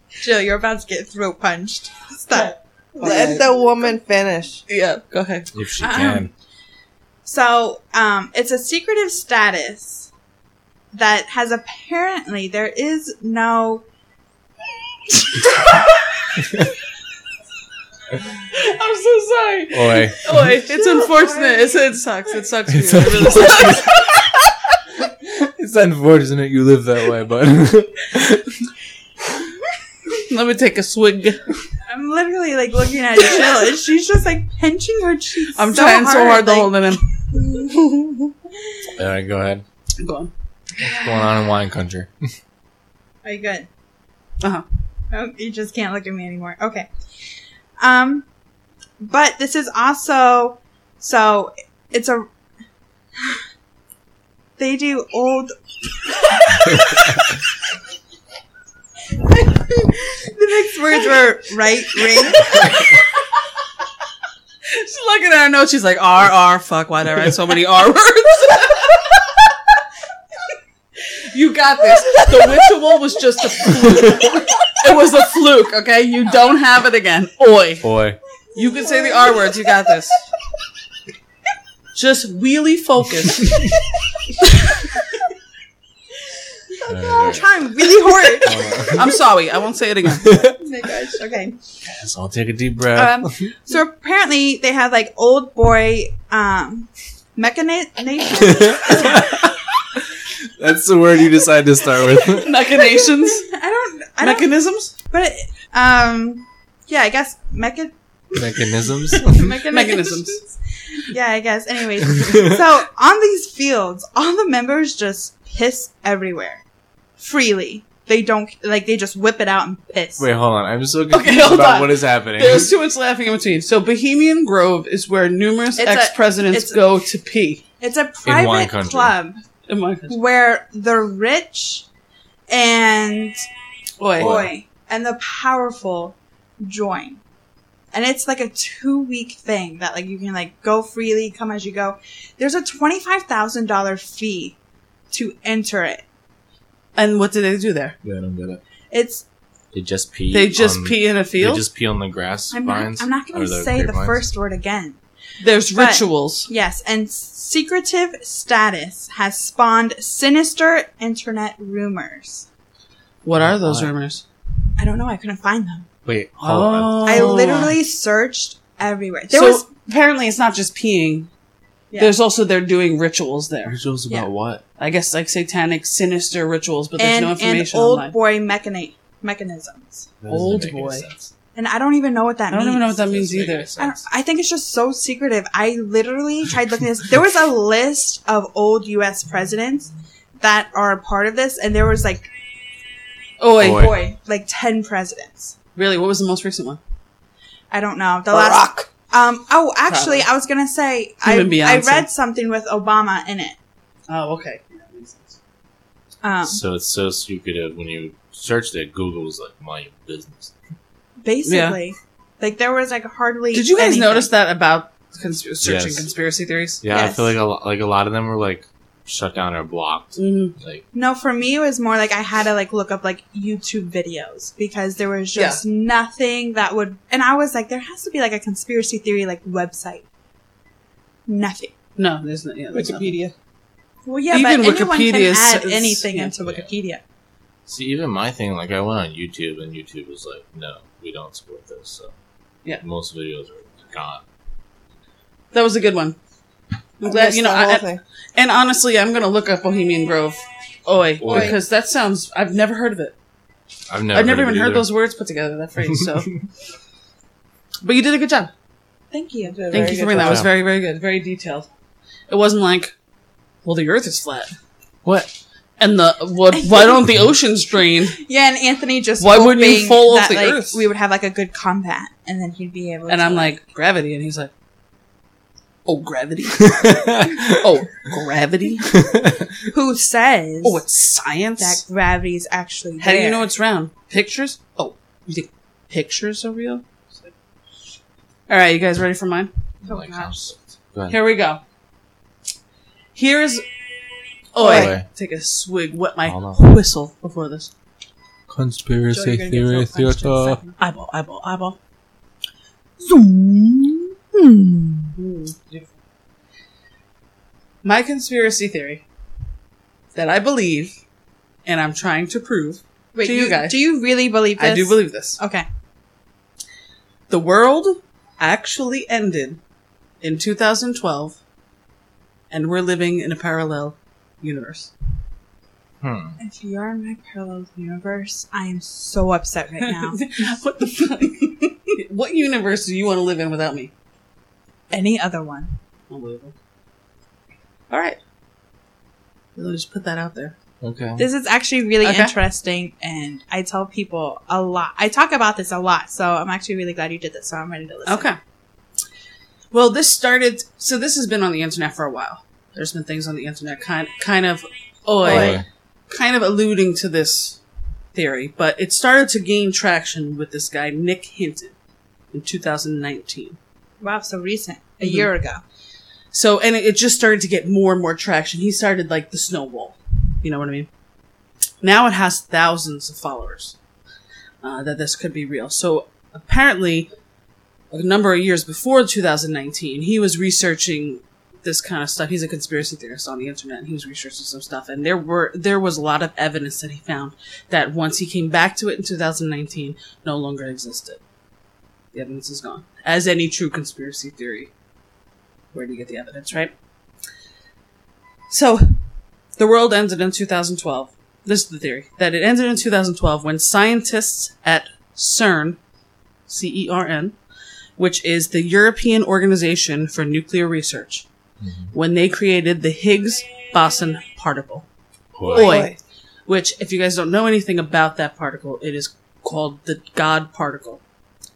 [SPEAKER 4] Jill, you're about to get throat punched. Stop.
[SPEAKER 2] Let the woman finish.
[SPEAKER 5] Yeah, go ahead.
[SPEAKER 3] If she can.
[SPEAKER 4] So, um, it's a secretive status that has apparently there is no.
[SPEAKER 5] I'm so sorry.
[SPEAKER 3] Oi.
[SPEAKER 5] Oh, it's unfortunate. It's, it sucks. It sucks. For you.
[SPEAKER 3] It's
[SPEAKER 5] It really sucks.
[SPEAKER 3] It's unfortunate you live that way, but
[SPEAKER 5] Let me take a swig.
[SPEAKER 4] I'm literally like looking at Jill, and she's just like pinching her cheeks.
[SPEAKER 5] I'm trying so hard to
[SPEAKER 4] like-
[SPEAKER 5] hold it in.
[SPEAKER 3] All right, go ahead.
[SPEAKER 5] Go on.
[SPEAKER 3] What's going on in wine country?
[SPEAKER 4] Are you good?
[SPEAKER 5] Uh-huh.
[SPEAKER 4] Oh, you just can't look at me anymore. Okay. Um, but this is also so it's a. They do old. the next words were right ring.
[SPEAKER 5] She's looking at her notes. She's like, R, R, fuck, why did I write so many R words? you got this. The ritual was just a fluke. It was a fluke, okay? You don't have it again. Oi.
[SPEAKER 3] Oi.
[SPEAKER 5] You can say the R words. You got this. Just really focus.
[SPEAKER 3] All right,
[SPEAKER 4] Trying really hard.
[SPEAKER 3] all right.
[SPEAKER 5] I'm sorry. I won't say it again.
[SPEAKER 4] Oh my gosh. Okay.
[SPEAKER 3] So I'll take a deep breath.
[SPEAKER 4] Um, so apparently they have like old boy um mechanation.
[SPEAKER 3] That's the word you decide to start with.
[SPEAKER 5] Machinations?
[SPEAKER 4] I don't. I don't
[SPEAKER 5] Mechanisms?
[SPEAKER 4] But um, yeah, I guess mecha-
[SPEAKER 3] Mechanisms.
[SPEAKER 4] mechanisms.
[SPEAKER 5] Mechanisms.
[SPEAKER 4] Yeah, I guess. Anyways, so on these fields, all the members just piss everywhere. freely. They don't like they just whip it out and piss.
[SPEAKER 3] Wait, hold on. I'm so confused
[SPEAKER 5] hold
[SPEAKER 3] about
[SPEAKER 5] on.
[SPEAKER 3] what is happening.
[SPEAKER 5] There's too much laughing in between. So Bohemian Grove is where numerous
[SPEAKER 4] It's a-
[SPEAKER 5] ex presidents
[SPEAKER 4] it's a-
[SPEAKER 5] go to pee.
[SPEAKER 4] It's a
[SPEAKER 3] In wine
[SPEAKER 4] private
[SPEAKER 3] country.
[SPEAKER 4] club
[SPEAKER 5] In my country.
[SPEAKER 4] where the rich and
[SPEAKER 5] Oi.
[SPEAKER 4] boy and the powerful join and it's like a two week thing that like you can like go freely come as you go there's a $25000 fee to enter it
[SPEAKER 5] And what do they do there?
[SPEAKER 3] yeah, I don't get it.
[SPEAKER 4] it's
[SPEAKER 3] They just pee.
[SPEAKER 5] They just
[SPEAKER 3] on-
[SPEAKER 5] pee in a
[SPEAKER 3] They
[SPEAKER 5] field.
[SPEAKER 3] just pee on the grass
[SPEAKER 4] i'm
[SPEAKER 3] vines.
[SPEAKER 4] not, I'm not gonna
[SPEAKER 3] or the
[SPEAKER 4] say the
[SPEAKER 3] grapevines?
[SPEAKER 4] first word again
[SPEAKER 5] There's
[SPEAKER 4] But-
[SPEAKER 5] rituals.
[SPEAKER 4] yes and secretive status has spawned sinister internet rumors
[SPEAKER 5] What are those
[SPEAKER 3] Why?
[SPEAKER 5] rumors?
[SPEAKER 4] i don't know i couldn't find them
[SPEAKER 3] Wait, hold
[SPEAKER 5] Oh.
[SPEAKER 3] on.
[SPEAKER 4] Oh. i literally searched everywhere there
[SPEAKER 5] so
[SPEAKER 4] was
[SPEAKER 5] apparently it's not just peeing.
[SPEAKER 4] Yeah.
[SPEAKER 5] There's also they're doing rituals there.
[SPEAKER 3] Rituals about
[SPEAKER 4] Yeah.
[SPEAKER 3] what?
[SPEAKER 5] I guess like satanic, sinister rituals, but there's
[SPEAKER 4] and,
[SPEAKER 5] no
[SPEAKER 4] and
[SPEAKER 5] information
[SPEAKER 4] old
[SPEAKER 5] online.
[SPEAKER 4] boy mechani- mechanisms
[SPEAKER 3] That doesn't
[SPEAKER 5] Old
[SPEAKER 3] make any
[SPEAKER 5] boy.
[SPEAKER 3] sense.
[SPEAKER 4] And I don't even know what that
[SPEAKER 5] I
[SPEAKER 4] means.
[SPEAKER 5] don't even know what that means
[SPEAKER 3] Doesn't make
[SPEAKER 5] either.
[SPEAKER 3] any
[SPEAKER 4] I, don't,
[SPEAKER 3] sense.
[SPEAKER 4] I think it's just so secretive. I literally tried looking at this. There was a list of old U.S. presidents that are a part of this, and there was like,
[SPEAKER 5] Oi.
[SPEAKER 3] Oi.
[SPEAKER 4] boy, like 10
[SPEAKER 5] Oh,
[SPEAKER 4] presidents.
[SPEAKER 5] Really? What was the most recent one?
[SPEAKER 4] I don't know. The last. Um, oh, actually,
[SPEAKER 5] Probably.
[SPEAKER 4] I was going to say, I,
[SPEAKER 5] Him and
[SPEAKER 4] I
[SPEAKER 5] Beyonce.
[SPEAKER 4] read something with Obama in it.
[SPEAKER 5] Oh, okay. That makes sense.
[SPEAKER 4] Um,
[SPEAKER 3] So it's so secretive. When you search that, Google's like, mind your business.
[SPEAKER 4] basically. Like, there was like hardly.
[SPEAKER 5] Did you guys
[SPEAKER 4] anything.
[SPEAKER 5] notice that about consp- searching
[SPEAKER 3] Yes.
[SPEAKER 5] conspiracy theories?
[SPEAKER 3] Yeah, I
[SPEAKER 4] Yes.
[SPEAKER 3] feel like a lot, like a lot of them were like shut down or blocked.
[SPEAKER 5] Mm-hmm.
[SPEAKER 3] Like
[SPEAKER 4] No, for me, it was more like I had to like look up like YouTube videos because there was just nothing that would. And I was like, there has to be like a conspiracy theory like website. Nothing.
[SPEAKER 5] No, there's not. Yeah, there's nothing.
[SPEAKER 4] Well, yeah,
[SPEAKER 5] Even
[SPEAKER 4] but anyone
[SPEAKER 5] Wikipedia
[SPEAKER 4] can
[SPEAKER 5] is-
[SPEAKER 4] add
[SPEAKER 5] is-
[SPEAKER 4] anything
[SPEAKER 5] yeah.
[SPEAKER 4] into Wikipedia.
[SPEAKER 3] see, even my thing, like I went on YouTube and YouTube was like, no, we don't support this. So
[SPEAKER 5] Yeah.
[SPEAKER 3] most videos are gone.
[SPEAKER 5] That was a good one. I'm glad,
[SPEAKER 2] missed
[SPEAKER 5] you know,
[SPEAKER 2] the
[SPEAKER 5] I,
[SPEAKER 2] whole
[SPEAKER 5] I-
[SPEAKER 2] thing.
[SPEAKER 5] and honestly, I'm going to look up Bohemian Grove. Oi,
[SPEAKER 3] Oi.
[SPEAKER 5] because that sounds, I've never heard of it.
[SPEAKER 3] I've never,
[SPEAKER 5] I've never
[SPEAKER 3] of it
[SPEAKER 5] even heard
[SPEAKER 3] either.
[SPEAKER 5] those words put together, that phrase, so. but you did a good job.
[SPEAKER 4] Thank you.
[SPEAKER 2] Did a
[SPEAKER 5] Thank
[SPEAKER 2] very
[SPEAKER 5] you for
[SPEAKER 2] good
[SPEAKER 5] bringing that. It
[SPEAKER 2] job.
[SPEAKER 5] was
[SPEAKER 3] job.
[SPEAKER 5] very, very good. Very detailed. It wasn't like, well, the earth is flat.
[SPEAKER 3] What?
[SPEAKER 5] And the, what, why don't the oceans drain?
[SPEAKER 4] Yeah, and Anthony just
[SPEAKER 5] Why wouldn't you
[SPEAKER 4] hoping
[SPEAKER 5] fall off
[SPEAKER 4] that,
[SPEAKER 5] the
[SPEAKER 4] like,
[SPEAKER 5] earth?
[SPEAKER 4] We would have like a good combat, and then he'd be able.
[SPEAKER 5] And
[SPEAKER 4] to,
[SPEAKER 5] I'm like, gravity. And he's like, oh, gravity?
[SPEAKER 3] oh.
[SPEAKER 5] Oh, gravity?
[SPEAKER 6] Oh.
[SPEAKER 4] who says
[SPEAKER 5] Oh, it's science?
[SPEAKER 4] that gravity is actually?
[SPEAKER 5] How do you
[SPEAKER 4] there?
[SPEAKER 5] know it's round? Pictures? Oh, you think pictures are real? All right, you guys ready for mine?
[SPEAKER 3] Like,
[SPEAKER 4] gosh.
[SPEAKER 3] concept. Go ahead.
[SPEAKER 5] Here we go. Here's. Oi.
[SPEAKER 3] Oi.
[SPEAKER 5] oh, Take a swig. Wet my
[SPEAKER 3] Hold on.
[SPEAKER 5] whistle before this.
[SPEAKER 6] Conspiracy
[SPEAKER 4] Joey, you're gonna
[SPEAKER 6] theory
[SPEAKER 4] get
[SPEAKER 5] Uh,
[SPEAKER 4] so punched in a
[SPEAKER 6] theater.
[SPEAKER 4] second.
[SPEAKER 5] Eyeball, eyeball, eyeball.
[SPEAKER 4] Zoom. Hmm.
[SPEAKER 5] My conspiracy theory that I believe, and I'm trying to prove.
[SPEAKER 4] Wait,
[SPEAKER 5] To
[SPEAKER 4] you,
[SPEAKER 5] you guys.
[SPEAKER 4] do you really believe this?
[SPEAKER 5] I do believe this.
[SPEAKER 4] Okay.
[SPEAKER 5] The world actually ended in 2012, and we're living in a parallel universe.
[SPEAKER 3] Hmm.
[SPEAKER 4] If you're in my parallel universe, I am so upset right now.
[SPEAKER 5] what the fuck? what universe do you want to live in without me?
[SPEAKER 4] Any other one.
[SPEAKER 5] Unbelievable. All right. Let me just put that out there.
[SPEAKER 3] Hmm. Okay.
[SPEAKER 4] This is actually really
[SPEAKER 5] Okay.
[SPEAKER 4] interesting, and I tell people a lot. I talk about this a lot, so I'm actually really glad you did this, so I'm ready to listen.
[SPEAKER 5] Okay. Well, this started. So this has been on the internet for a while. There's been things on the internet kind kind of oi,
[SPEAKER 3] Oi.
[SPEAKER 5] kind of alluding to this theory, but it started to gain traction with this guy Nick Hinton in 2019.
[SPEAKER 4] Wow, so recent. A
[SPEAKER 5] Mhm.
[SPEAKER 4] year ago.
[SPEAKER 5] So, and it, it just started to get more and more traction. He started like the snowball. You know what I mean? Now it has thousands of followers uh, that this could be real. So, apparently, a number of years before 2019, he was researching this kind of stuff. He's a conspiracy theorist on the internet. And he was researching some stuff, and there were there was a lot of evidence that he found that once he came back to it in 2019, no longer existed. The evidence is gone, as any true conspiracy theory where do you get the evidence, right? So, the world ended in 2012. This is the theory that it ended in 2012 when scientists at CERN, C E R N, which is the European Organization for Nuclear Research, when they created the Higgs boson particle,
[SPEAKER 3] Oi.
[SPEAKER 5] Oi. Which, if you guys don't know anything about that particle, it is called the God particle.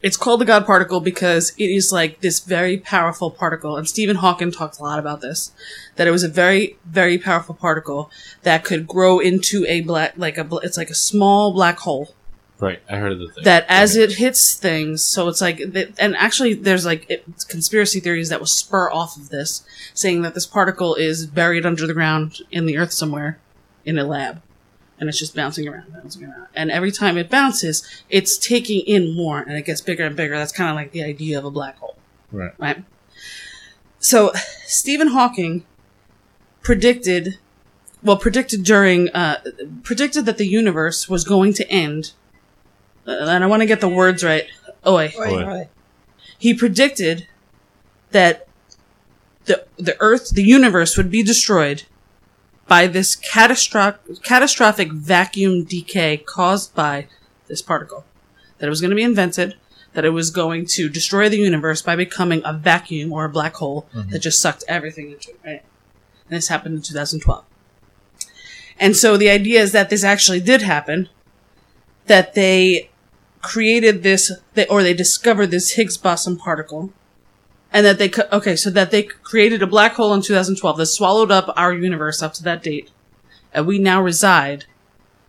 [SPEAKER 5] It's called the God particle because it is like this very powerful particle, and Stephen Hawking talked a lot about this. That it was a very, very powerful particle that could grow into a black, like a, bl- it's like a small black hole
[SPEAKER 3] Right. I heard of the thing.
[SPEAKER 5] that as
[SPEAKER 3] Okay.
[SPEAKER 5] it hits things so it's like th- and actually there's like it, conspiracy theories that will spur off of this saying that this particle is buried under the ground in the earth somewhere in a lab and it's just bouncing around bouncing around and every time it bounces it's taking in more and it gets bigger and bigger that's kind of like the idea of a black hole
[SPEAKER 3] Right.
[SPEAKER 5] right so stephen hawking predicted well predicted during uh, predicted that the universe was going to end uh, and i want to get the words right oh wait
[SPEAKER 2] Right,
[SPEAKER 3] What?
[SPEAKER 2] right.
[SPEAKER 5] he predicted that the the earth the universe would be destroyed by this catastrophic catastrophic vacuum decay caused by this particle that it was going to be invented that it was going to destroy the universe by becoming a vacuum or a black hole that just sucked everything into it right and this happened in 2012 and so the idea is that this actually did happen that they created this, they, or they discovered this Higgs boson particle, and that they co- okay, so that they created a black hole in 2012 that swallowed up our universe up to that date, and we now reside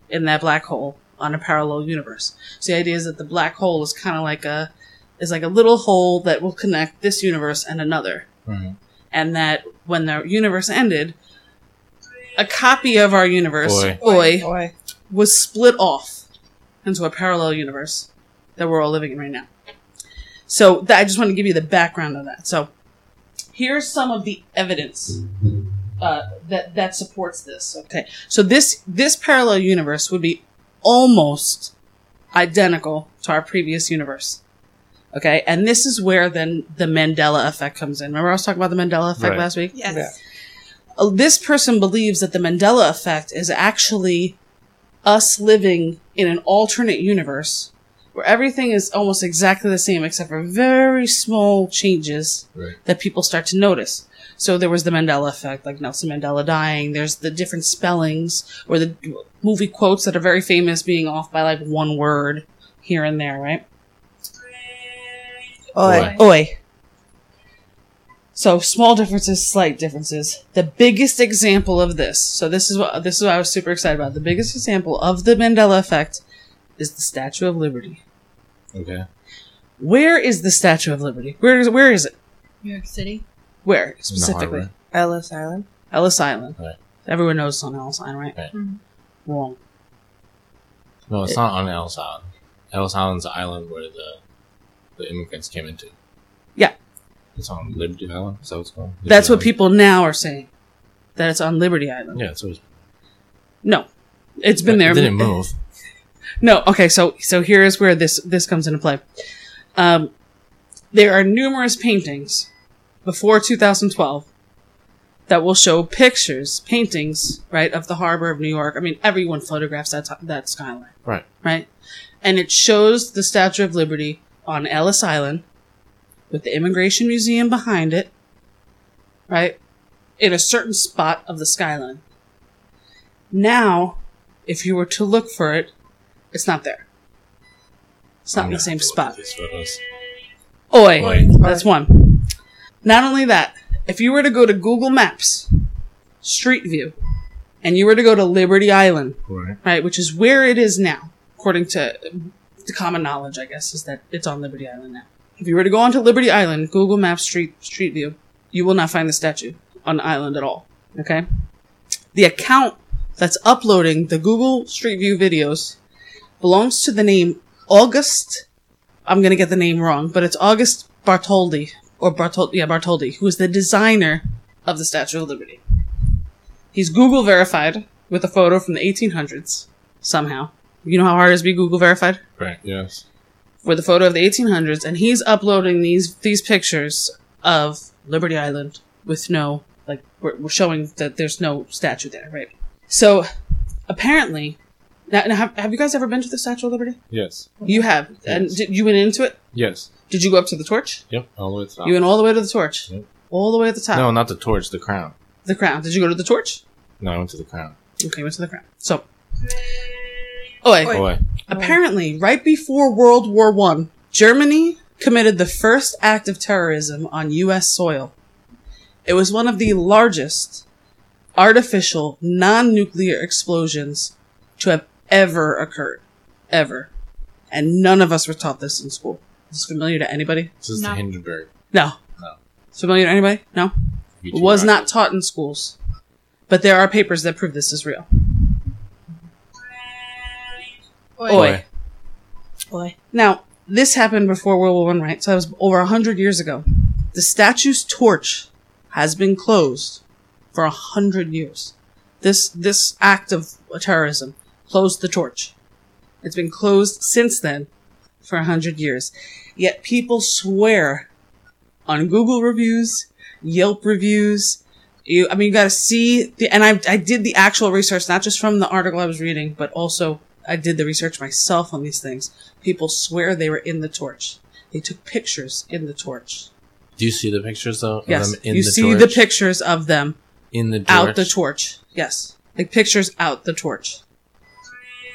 [SPEAKER 5] in that black hole on a parallel universe. So the idea is that the black hole is kind of like a is like a little hole that will connect this universe and another,
[SPEAKER 3] Right.
[SPEAKER 5] and that when the universe ended, a copy of our universe,
[SPEAKER 3] Oi.
[SPEAKER 5] Oi,
[SPEAKER 2] Boy,
[SPEAKER 5] was split off into a parallel universe that we're all living in right now. So that, I just want to give you the background of that. So here's some of the evidence uh, that that supports this. Okay, so this this parallel universe would be almost identical to our previous universe. Okay, and this is where then the Mandela effect comes in. Remember, I was talking about the Mandela effect
[SPEAKER 3] Right.
[SPEAKER 5] last week
[SPEAKER 4] Yes.
[SPEAKER 2] Yeah.
[SPEAKER 5] uh, this person believes that the Mandela effect is actually us living in an alternate universe where everything is almost exactly the same except for very small changes
[SPEAKER 3] Right.
[SPEAKER 5] that people start to notice. So there was the Mandela effect, like Nelson Mandela dying. There's the different spellings or the movie quotes that are very famous being off by like one word here and there, right?
[SPEAKER 2] Oi.
[SPEAKER 5] Oi. So small differences, slight differences. The biggest example of this, so this is what this is what I was super excited about. The biggest example of the Mandela effect is the Statue of Liberty.
[SPEAKER 3] Okay.
[SPEAKER 5] Where is the Statue of Liberty? Where is where is it?
[SPEAKER 7] New York City.
[SPEAKER 5] Where specifically?
[SPEAKER 3] harbor.
[SPEAKER 2] Ellis Island.
[SPEAKER 5] Ellis Island.
[SPEAKER 3] Right.
[SPEAKER 5] Everyone knows it's on Ellis Island, right?
[SPEAKER 3] Right.
[SPEAKER 7] Mhm.
[SPEAKER 5] Wrong.
[SPEAKER 3] No, it's not on Ellis Island. Ellis Island's the island where the the immigrants came into.
[SPEAKER 5] Yeah.
[SPEAKER 3] It's on Liberty Island. Is that what it's called? Liberty
[SPEAKER 5] That's what
[SPEAKER 3] Island?
[SPEAKER 5] people now are saying. That it's on Liberty Island.
[SPEAKER 3] Yeah, it's always
[SPEAKER 5] No. It's been there.
[SPEAKER 3] It didn't move.
[SPEAKER 5] No, okay, so so here is where this this comes into play. Um, there are numerous paintings before 2012 that will show pictures, paintings, right, of the harbor of New York. I mean, everyone photographs that ti- that skyline,
[SPEAKER 3] Right.
[SPEAKER 5] right, and it shows the Statue of Liberty on Ellis Island with the Immigration Museum behind it, right, in a certain spot of the skyline. Now, if you were to look for it, it's not there. It's not in the same spot.
[SPEAKER 3] These photos.
[SPEAKER 5] Oi.
[SPEAKER 3] Oi.
[SPEAKER 5] That's one. Not only that, if you were to go to Google Maps, Street View, and you were to go to Liberty Island,
[SPEAKER 3] Right.
[SPEAKER 5] right, which is where it is now, according to um, the common knowledge, I guess, is that it's on Liberty Island now. If you were to go onto Liberty Island, Google Maps Street Street View, you will not find the statue on the island at all. Okay? The account that's uploading the Google Street View videos belongs to the name August. I'm gonna get the name wrong, but it's August Bartoldi or Bartol yeah Bartoldi, who is the designer of the Statue of Liberty. He's Google verified with a photo from the 1800s somehow. You know how hard it is to be Google verified
[SPEAKER 3] Right. Yes.
[SPEAKER 5] with a photo of the 1800s, and he's uploading these these pictures of Liberty Island with no like we're, we're showing that there's no statue there, right? So apparently, now, now have, have you guys ever been to the Statue of Liberty?
[SPEAKER 3] Yes.
[SPEAKER 5] You have, and
[SPEAKER 3] Yes.
[SPEAKER 5] did, you went into it.
[SPEAKER 3] Yes.
[SPEAKER 5] Did you go up to the torch?
[SPEAKER 3] Yep. All the way to the top.
[SPEAKER 5] You went all the way to the torch,
[SPEAKER 3] Yep.
[SPEAKER 5] all the way to the top.
[SPEAKER 3] no, not the torch. The crown.
[SPEAKER 5] The crown. Did you go to the torch?
[SPEAKER 3] No, I went to the crown.
[SPEAKER 5] Okay, went to the crown. So Oi.
[SPEAKER 3] Boy.
[SPEAKER 5] Apparently, right before World War One, Germany committed the first act of terrorism on U.S. soil. It was one of the largest artificial non-nuclear explosions to have ever occurred, ever, and none of us were taught this in school. Is this familiar to anybody?
[SPEAKER 3] This is
[SPEAKER 4] No.
[SPEAKER 3] the Hindenburg.
[SPEAKER 5] No.
[SPEAKER 3] No.
[SPEAKER 5] It's familiar to anybody? No.
[SPEAKER 3] V2
[SPEAKER 5] was
[SPEAKER 3] rocket.
[SPEAKER 5] not taught in schools, but there are papers that prove this is real. Oi.
[SPEAKER 4] Boy.
[SPEAKER 5] Now, this happened before World War One, right? So that was over a hundred years ago. The statue's torch has been closed for a hundred years. This this act of terrorism closed the torch. It's been closed since then for a hundred years. Yet people swear on Google reviews, Yelp reviews. You, I mean, you got to see the, and I, I did the actual research, not just from the article I was reading, but also I did the research myself on these things. People swear they were in the torch. They took pictures in the torch.
[SPEAKER 3] Do you see the pictures though? of
[SPEAKER 5] Yes,
[SPEAKER 3] them in
[SPEAKER 5] you
[SPEAKER 3] the
[SPEAKER 5] see
[SPEAKER 3] torch?
[SPEAKER 5] the pictures of them
[SPEAKER 3] in the
[SPEAKER 5] out the
[SPEAKER 3] torch?
[SPEAKER 5] torch. Yes, like pictures out the torch.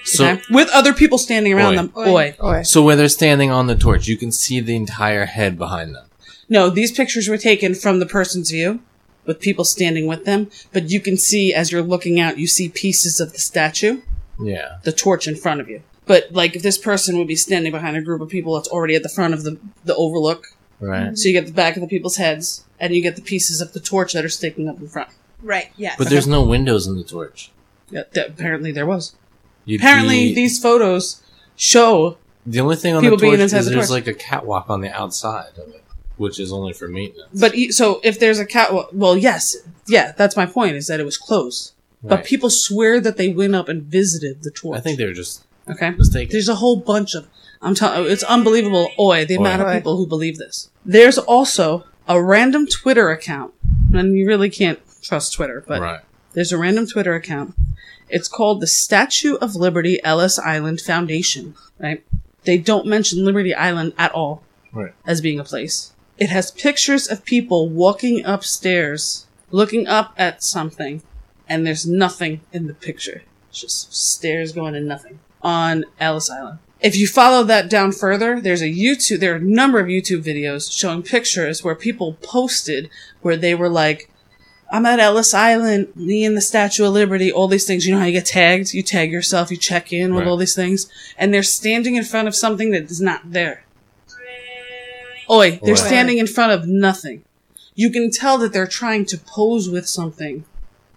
[SPEAKER 3] So,
[SPEAKER 5] okay? With other people standing around
[SPEAKER 3] Oi.
[SPEAKER 5] them.
[SPEAKER 4] Oi.
[SPEAKER 5] Oi.
[SPEAKER 2] Or
[SPEAKER 3] so where they're standing on the torch, you can see the entire head behind them.
[SPEAKER 5] No, these pictures were taken from the person's view with people standing with them, but you can see as you're looking out, you see pieces of the statue,
[SPEAKER 3] Yeah.
[SPEAKER 5] the torch in front of you. But like if this person would be standing behind a group of people that's already at the front of the the overlook,
[SPEAKER 3] Right.
[SPEAKER 5] so you get the back of the people's heads and you get the pieces of the torch that are sticking up in front.
[SPEAKER 4] Right, yes.
[SPEAKER 3] But there's no windows in the torch.
[SPEAKER 5] Yeah, that- apparently there was.
[SPEAKER 3] You'd
[SPEAKER 5] Apparently
[SPEAKER 3] be-
[SPEAKER 5] these photos show
[SPEAKER 3] the only thing on the
[SPEAKER 5] people being
[SPEAKER 3] torch is
[SPEAKER 5] inside the
[SPEAKER 3] there's
[SPEAKER 5] torch.
[SPEAKER 3] like a catwalk on the outside of it, which is only for maintenance.
[SPEAKER 5] But e- so if there's a cat, well, well, yes, yeah, that's my point is that it was closed. But
[SPEAKER 3] Right.
[SPEAKER 5] people swear that they went up and visited the torch.
[SPEAKER 3] I think they're just
[SPEAKER 5] okay.
[SPEAKER 3] mistaken.
[SPEAKER 5] There's a whole bunch of. I'm telling. It's unbelievable. Oi, the
[SPEAKER 3] Oi.
[SPEAKER 5] amount of
[SPEAKER 2] Oi.
[SPEAKER 5] people who believe this. There's also a random Twitter account, and you really can't trust Twitter, but
[SPEAKER 3] right.
[SPEAKER 5] there's a random Twitter account. It's called the Statue of Liberty Ellis Island Foundation, right? They don't mention Liberty Island at all
[SPEAKER 3] Right.
[SPEAKER 5] as being a place. It has pictures of people walking upstairs, looking up at something, and there's nothing in the picture. It's just stairs going to nothing on Ellis Island. If you follow that down further, there's a YouTube, there are a number of YouTube videos showing pictures where people posted where they were like, I'm at Ellis Island, me and the Statue of Liberty, all these things. You know how you get tagged? You tag yourself, you check in with
[SPEAKER 3] Right.
[SPEAKER 5] all these things. And they're standing in front of something that is not there. Oi, they're
[SPEAKER 3] Oi.
[SPEAKER 5] standing in front of nothing. You can tell that they're trying to pose with something.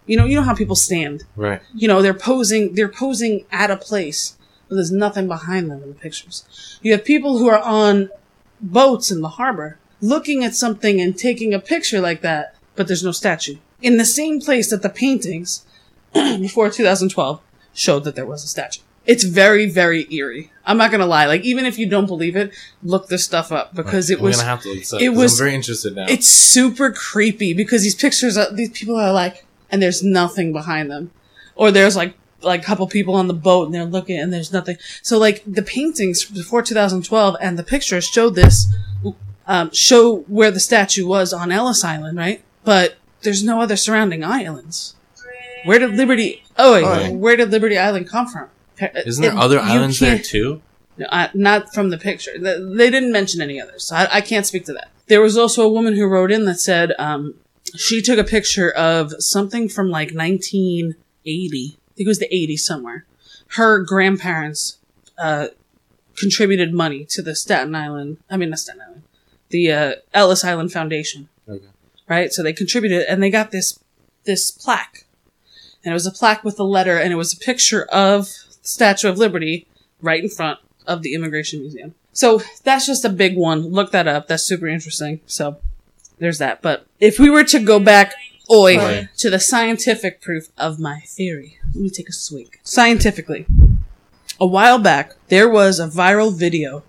[SPEAKER 5] You know, you know how people stand.
[SPEAKER 3] Right.
[SPEAKER 5] You know, they're posing, they're posing at a place, but there's nothing behind them in the pictures. You have people who are on boats in the harbor looking at something and taking a picture like that, but there's no statue. In the same place that the paintings before 2012 showed that there was a statue. It's very, very eerie. I'm not gonna lie. Like, even if you don't believe it, look this stuff up because
[SPEAKER 3] Right.
[SPEAKER 5] it
[SPEAKER 3] I'm
[SPEAKER 5] was
[SPEAKER 3] gonna have to look this up
[SPEAKER 5] it
[SPEAKER 3] 'cause
[SPEAKER 5] was-
[SPEAKER 3] I'm very interested now.
[SPEAKER 5] it's super creepy because these pictures, are, these people are like, and there's nothing behind them, or there's like like a couple people on the boat and they're looking and there's nothing. So like the paintings before 2012 and the pictures show this, um, show where the statue was on Ellis Island, right? But there's no other surrounding islands. Where did Liberty? Oh, wait,
[SPEAKER 3] Right.
[SPEAKER 5] where did Liberty Island come from?
[SPEAKER 3] Isn't there
[SPEAKER 5] It-
[SPEAKER 3] other
[SPEAKER 5] you
[SPEAKER 3] islands there
[SPEAKER 5] can't-
[SPEAKER 3] too?
[SPEAKER 5] no, I, not from the picture. Th- They didn't mention any others. So I, I can't speak to that. There was also a woman who wrote in that said um, she took a picture of something from like 1980. I think it was the 80s somewhere. Her grandparents uh, contributed money to the Staten Island. I mean, not Staten Island. The uh, Ellis Island Foundation.
[SPEAKER 3] Okay.
[SPEAKER 5] Right. So they contributed, and they got this this plaque, and it was a plaque with a letter, and it was a picture of the Statue of Liberty right in front of the Immigration Museum. So that's just a big one. Look that up. That's super interesting. So there's that. But if we were to go back, oi,
[SPEAKER 3] Oi.
[SPEAKER 5] to the scientific proof of my theory, let me take a swig. Scientifically, a while back, there was a viral video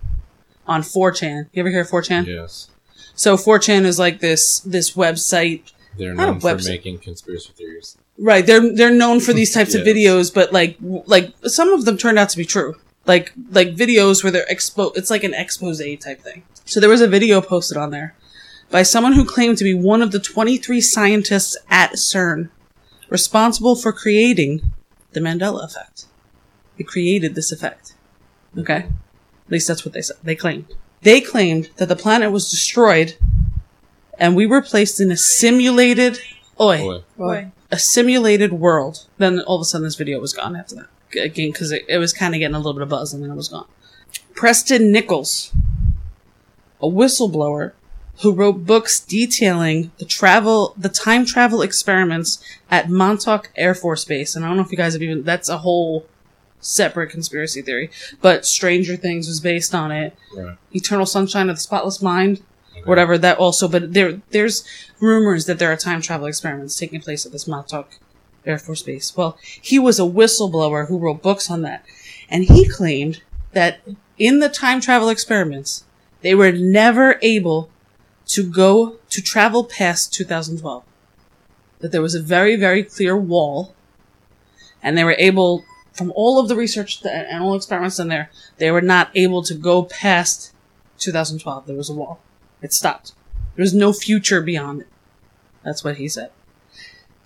[SPEAKER 5] on 4chan. You ever hear of 4chan?
[SPEAKER 3] Yes.
[SPEAKER 5] So 4chan is like this this website
[SPEAKER 3] They're
[SPEAKER 5] Not a
[SPEAKER 3] known for
[SPEAKER 5] website.
[SPEAKER 3] making conspiracy theories.
[SPEAKER 5] Right, they're they're known for these types of
[SPEAKER 3] Yes.
[SPEAKER 5] videos, but like w- like some of them turned out to be true. Like like videos where they're expo it's like an expose type thing. So there was a video posted on there by someone who claimed to be one of the 23 scientists at CERN responsible for creating the Mandela effect. It created this effect. Okay? At least that's what they said. They claimed. They claimed that the planet was destroyed and we were placed in a simulated oi,
[SPEAKER 3] Boy.
[SPEAKER 4] Boy.
[SPEAKER 5] a simulated world. Then all of a sudden this video was gone after that. G- Again, because it, it was kind of getting a little bit of buzz and then it was gone. Preston Nichols, a whistleblower who wrote books detailing the travel, the time travel experiments at Montauk Air Force Base. And I don't know if you guys have even, that's a whole separate conspiracy theory, but Stranger Things was based on it.
[SPEAKER 3] Right.
[SPEAKER 5] Eternal Sunshine of the Spotless Mind, whatever that also, but there, there's rumors that there are time travel experiments taking place at this Montauk Air Force Base. Well, he was a whistleblower who wrote books on that. And he claimed that in the time travel experiments, they were never able to go to travel past 2012. That there was a very, very clear wall, and they were able, from all of the research tha- and all experiments in there, they were not able to go past 2012. There was a wall. It stopped. There was no future beyond it. That's what he said.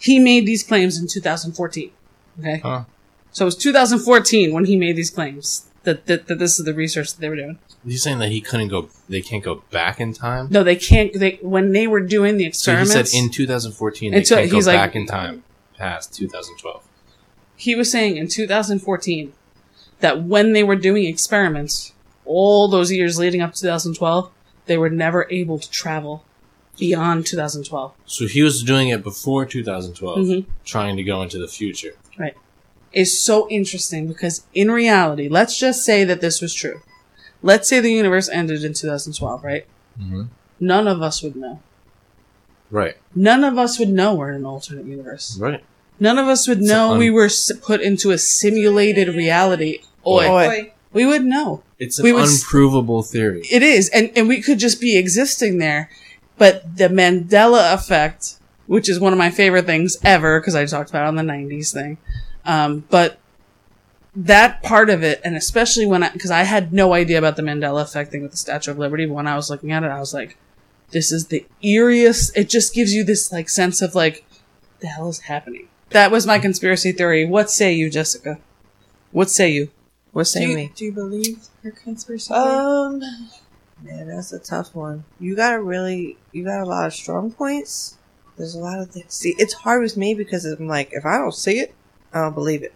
[SPEAKER 5] He made these claims in 2014. Okay?
[SPEAKER 3] Huh.
[SPEAKER 5] So it was 2014 when he made these claims that, that, that this is the research that they were doing.
[SPEAKER 3] He's saying that he couldn't go. They can't go back in time.
[SPEAKER 5] No, they can't. They when they were doing the
[SPEAKER 3] So he
[SPEAKER 5] experiments,
[SPEAKER 3] said in 2014 they
[SPEAKER 5] And so
[SPEAKER 3] can't go
[SPEAKER 5] he's like-
[SPEAKER 3] back in time past 2012.
[SPEAKER 5] he was saying in 2014 that when they were doing experiments, all those years leading up to 2012, they were never able to travel beyond 2012.
[SPEAKER 3] So he was doing it before 2012,
[SPEAKER 5] Mhm.
[SPEAKER 3] trying to go into the future.
[SPEAKER 5] Is so interesting because in reality, let's just say that this was true. Let's say the universe ended in 2012, right?
[SPEAKER 3] Mm-hmm.
[SPEAKER 5] None of us would know.
[SPEAKER 3] Right.
[SPEAKER 5] None of us would know we're in an alternate universe.
[SPEAKER 3] Right.
[SPEAKER 5] None of us would know
[SPEAKER 3] un-
[SPEAKER 5] we were s- put into a simulated reality. Oi.
[SPEAKER 3] Oi.
[SPEAKER 2] Boy.
[SPEAKER 5] We would know.
[SPEAKER 3] It's an
[SPEAKER 5] We was-
[SPEAKER 3] unprovable theory.
[SPEAKER 5] It is. And, and we could just be existing there. But the Mandela effect, which is one of my favorite things ever, because I talked about it on the 90s thing. Um, but that part of it, and especially when I, because I had no idea about the Mandela effect thing with the Statue of Liberty, but when I was looking at it, I was like, this is the eeriest. It just gives you this like sense of like, the hell is happening? That was my conspiracy theory. What say you, Jessica? What say you?
[SPEAKER 4] What
[SPEAKER 2] say
[SPEAKER 4] do you,
[SPEAKER 2] we?
[SPEAKER 4] Do you believe her conspiracy? theory?
[SPEAKER 2] Um, man, that's a tough one. You got to really, you got a lot of strong points. There's a lot of things. See, it's hard with me because I'm like, if I don't see it, I don't believe it.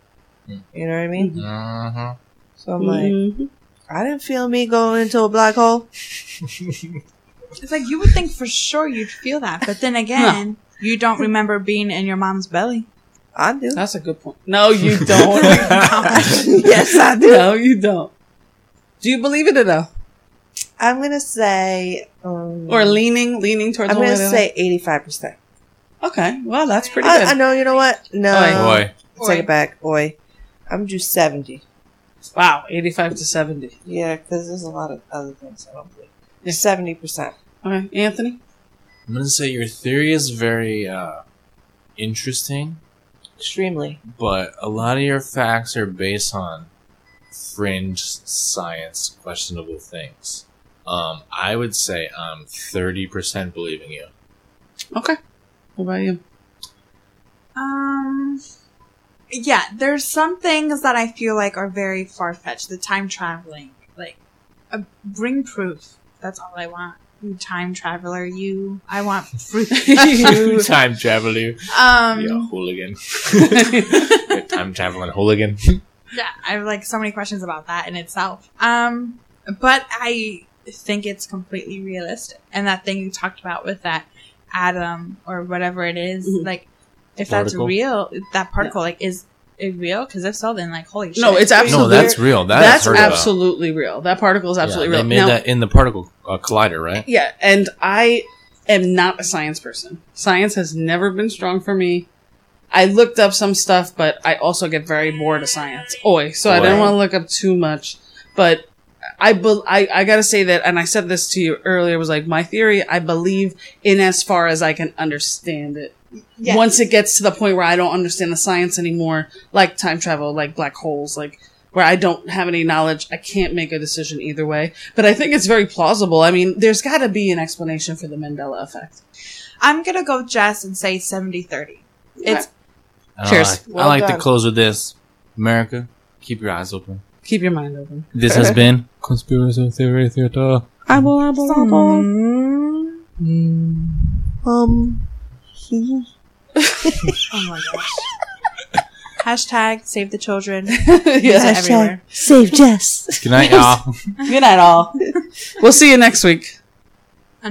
[SPEAKER 3] Mm.
[SPEAKER 2] You know what I mean?
[SPEAKER 5] Mm-hmm.
[SPEAKER 3] Uh-huh.
[SPEAKER 2] So I'm like, I didn't feel me going into a black hole.
[SPEAKER 4] It's like you would think for sure you'd feel that, but then again, you don't remember being in your mom's belly.
[SPEAKER 2] I do.
[SPEAKER 5] That's a good point. No, you don't.
[SPEAKER 2] yes, I do.
[SPEAKER 5] no, you don't. Do you believe it or no?
[SPEAKER 2] I'm gonna say, um,
[SPEAKER 5] Or leaning, leaning towards.
[SPEAKER 2] I'm
[SPEAKER 5] one
[SPEAKER 2] gonna
[SPEAKER 5] way or
[SPEAKER 2] say 85. percent
[SPEAKER 5] the other? Okay, well, that's pretty
[SPEAKER 2] I,
[SPEAKER 5] good.
[SPEAKER 2] I know. You know what? No,
[SPEAKER 5] Oi.
[SPEAKER 3] Boy.
[SPEAKER 2] take it back. Oi, I'm just 70.
[SPEAKER 5] wow, eighty-five to seventy.
[SPEAKER 2] Yeah, because there's a lot of other things I don't believe.
[SPEAKER 5] Yeah.
[SPEAKER 2] 70 percent.
[SPEAKER 5] All right, Anthony.
[SPEAKER 3] I'm gonna say your theory is very uh, interesting,
[SPEAKER 2] Extremely.
[SPEAKER 3] but a lot of your facts are based on fringe science, questionable things. Um, I would say I'm 30% believing you.
[SPEAKER 5] Okay. What about you?
[SPEAKER 4] Um, yeah, there's some things that I feel like are very far fetched. The time traveling, like, uh, bring proof. That's all I want. You time traveler, you. I want proof.
[SPEAKER 3] You time traveler.
[SPEAKER 4] um,
[SPEAKER 3] you
[SPEAKER 4] yeah.
[SPEAKER 3] hooligan. you time traveling hooligan.
[SPEAKER 4] I have like so many questions about that in itself. Um, but I think it's completely realistic. And that thing you talked about with that atom or whatever it is,
[SPEAKER 5] Mhm.
[SPEAKER 4] like, if
[SPEAKER 3] Particle?
[SPEAKER 4] that's real, that particle, like, is it real? Because if so, then like, holy shit.
[SPEAKER 5] No, it's
[SPEAKER 3] No,
[SPEAKER 5] absolutely.
[SPEAKER 3] that's real. That
[SPEAKER 5] that's
[SPEAKER 3] I've heard about.
[SPEAKER 5] absolutely real. That particle is absolutely
[SPEAKER 3] yeah,
[SPEAKER 5] real.
[SPEAKER 3] They made
[SPEAKER 5] Now-
[SPEAKER 3] that in the particle uh, collider, right?
[SPEAKER 5] Yeah, and I am not a science person. Science has never been strong for me. I looked up some stuff, but I also get very bored of science. Oi, so I didn't
[SPEAKER 3] Oi.
[SPEAKER 5] want to look up too much. But I, bel I, I gotta say that, and I said this to you earlier, was like my theory. I believe in as far as I can understand it.
[SPEAKER 4] Yes.
[SPEAKER 5] Once it gets to the point where I don't understand the science anymore, like time travel, like black holes, like where I don't have any knowledge, I can't make a decision either way. But I think it's very plausible. I mean, there's got to be an explanation for the Mandela effect.
[SPEAKER 4] I'm going to go Jess and say 70 30. It's
[SPEAKER 3] I don't
[SPEAKER 5] Cheers.
[SPEAKER 3] know, I, I
[SPEAKER 2] Well
[SPEAKER 3] like to
[SPEAKER 2] done.
[SPEAKER 3] close with this. America, Keep your eyes open.
[SPEAKER 5] Keep your mind open.
[SPEAKER 3] This has been
[SPEAKER 6] Conspiracy theory theater.
[SPEAKER 5] I will. I will. I will.
[SPEAKER 2] Mm, um, he.
[SPEAKER 4] Oh my gosh. Hashtag save the children. Use it
[SPEAKER 5] yeah.
[SPEAKER 4] everywhere.
[SPEAKER 2] Save Jess.
[SPEAKER 3] good night, y'all.
[SPEAKER 1] Good night, all.
[SPEAKER 5] We'll see you next week.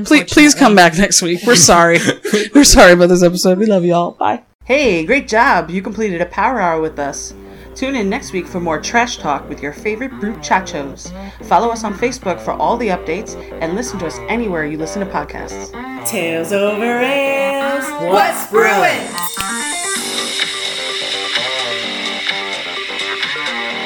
[SPEAKER 5] Please, please come back next week. We're sorry. We're sorry about this episode. We love y'all. Bye.
[SPEAKER 1] Hey, great job! You completed a power hour with us. Tune in next week for more trash talk with your favorite brute chachos. Follow us on Facebook for all the updates and listen to us anywhere you listen to podcasts. Tales over rails. What's brewing?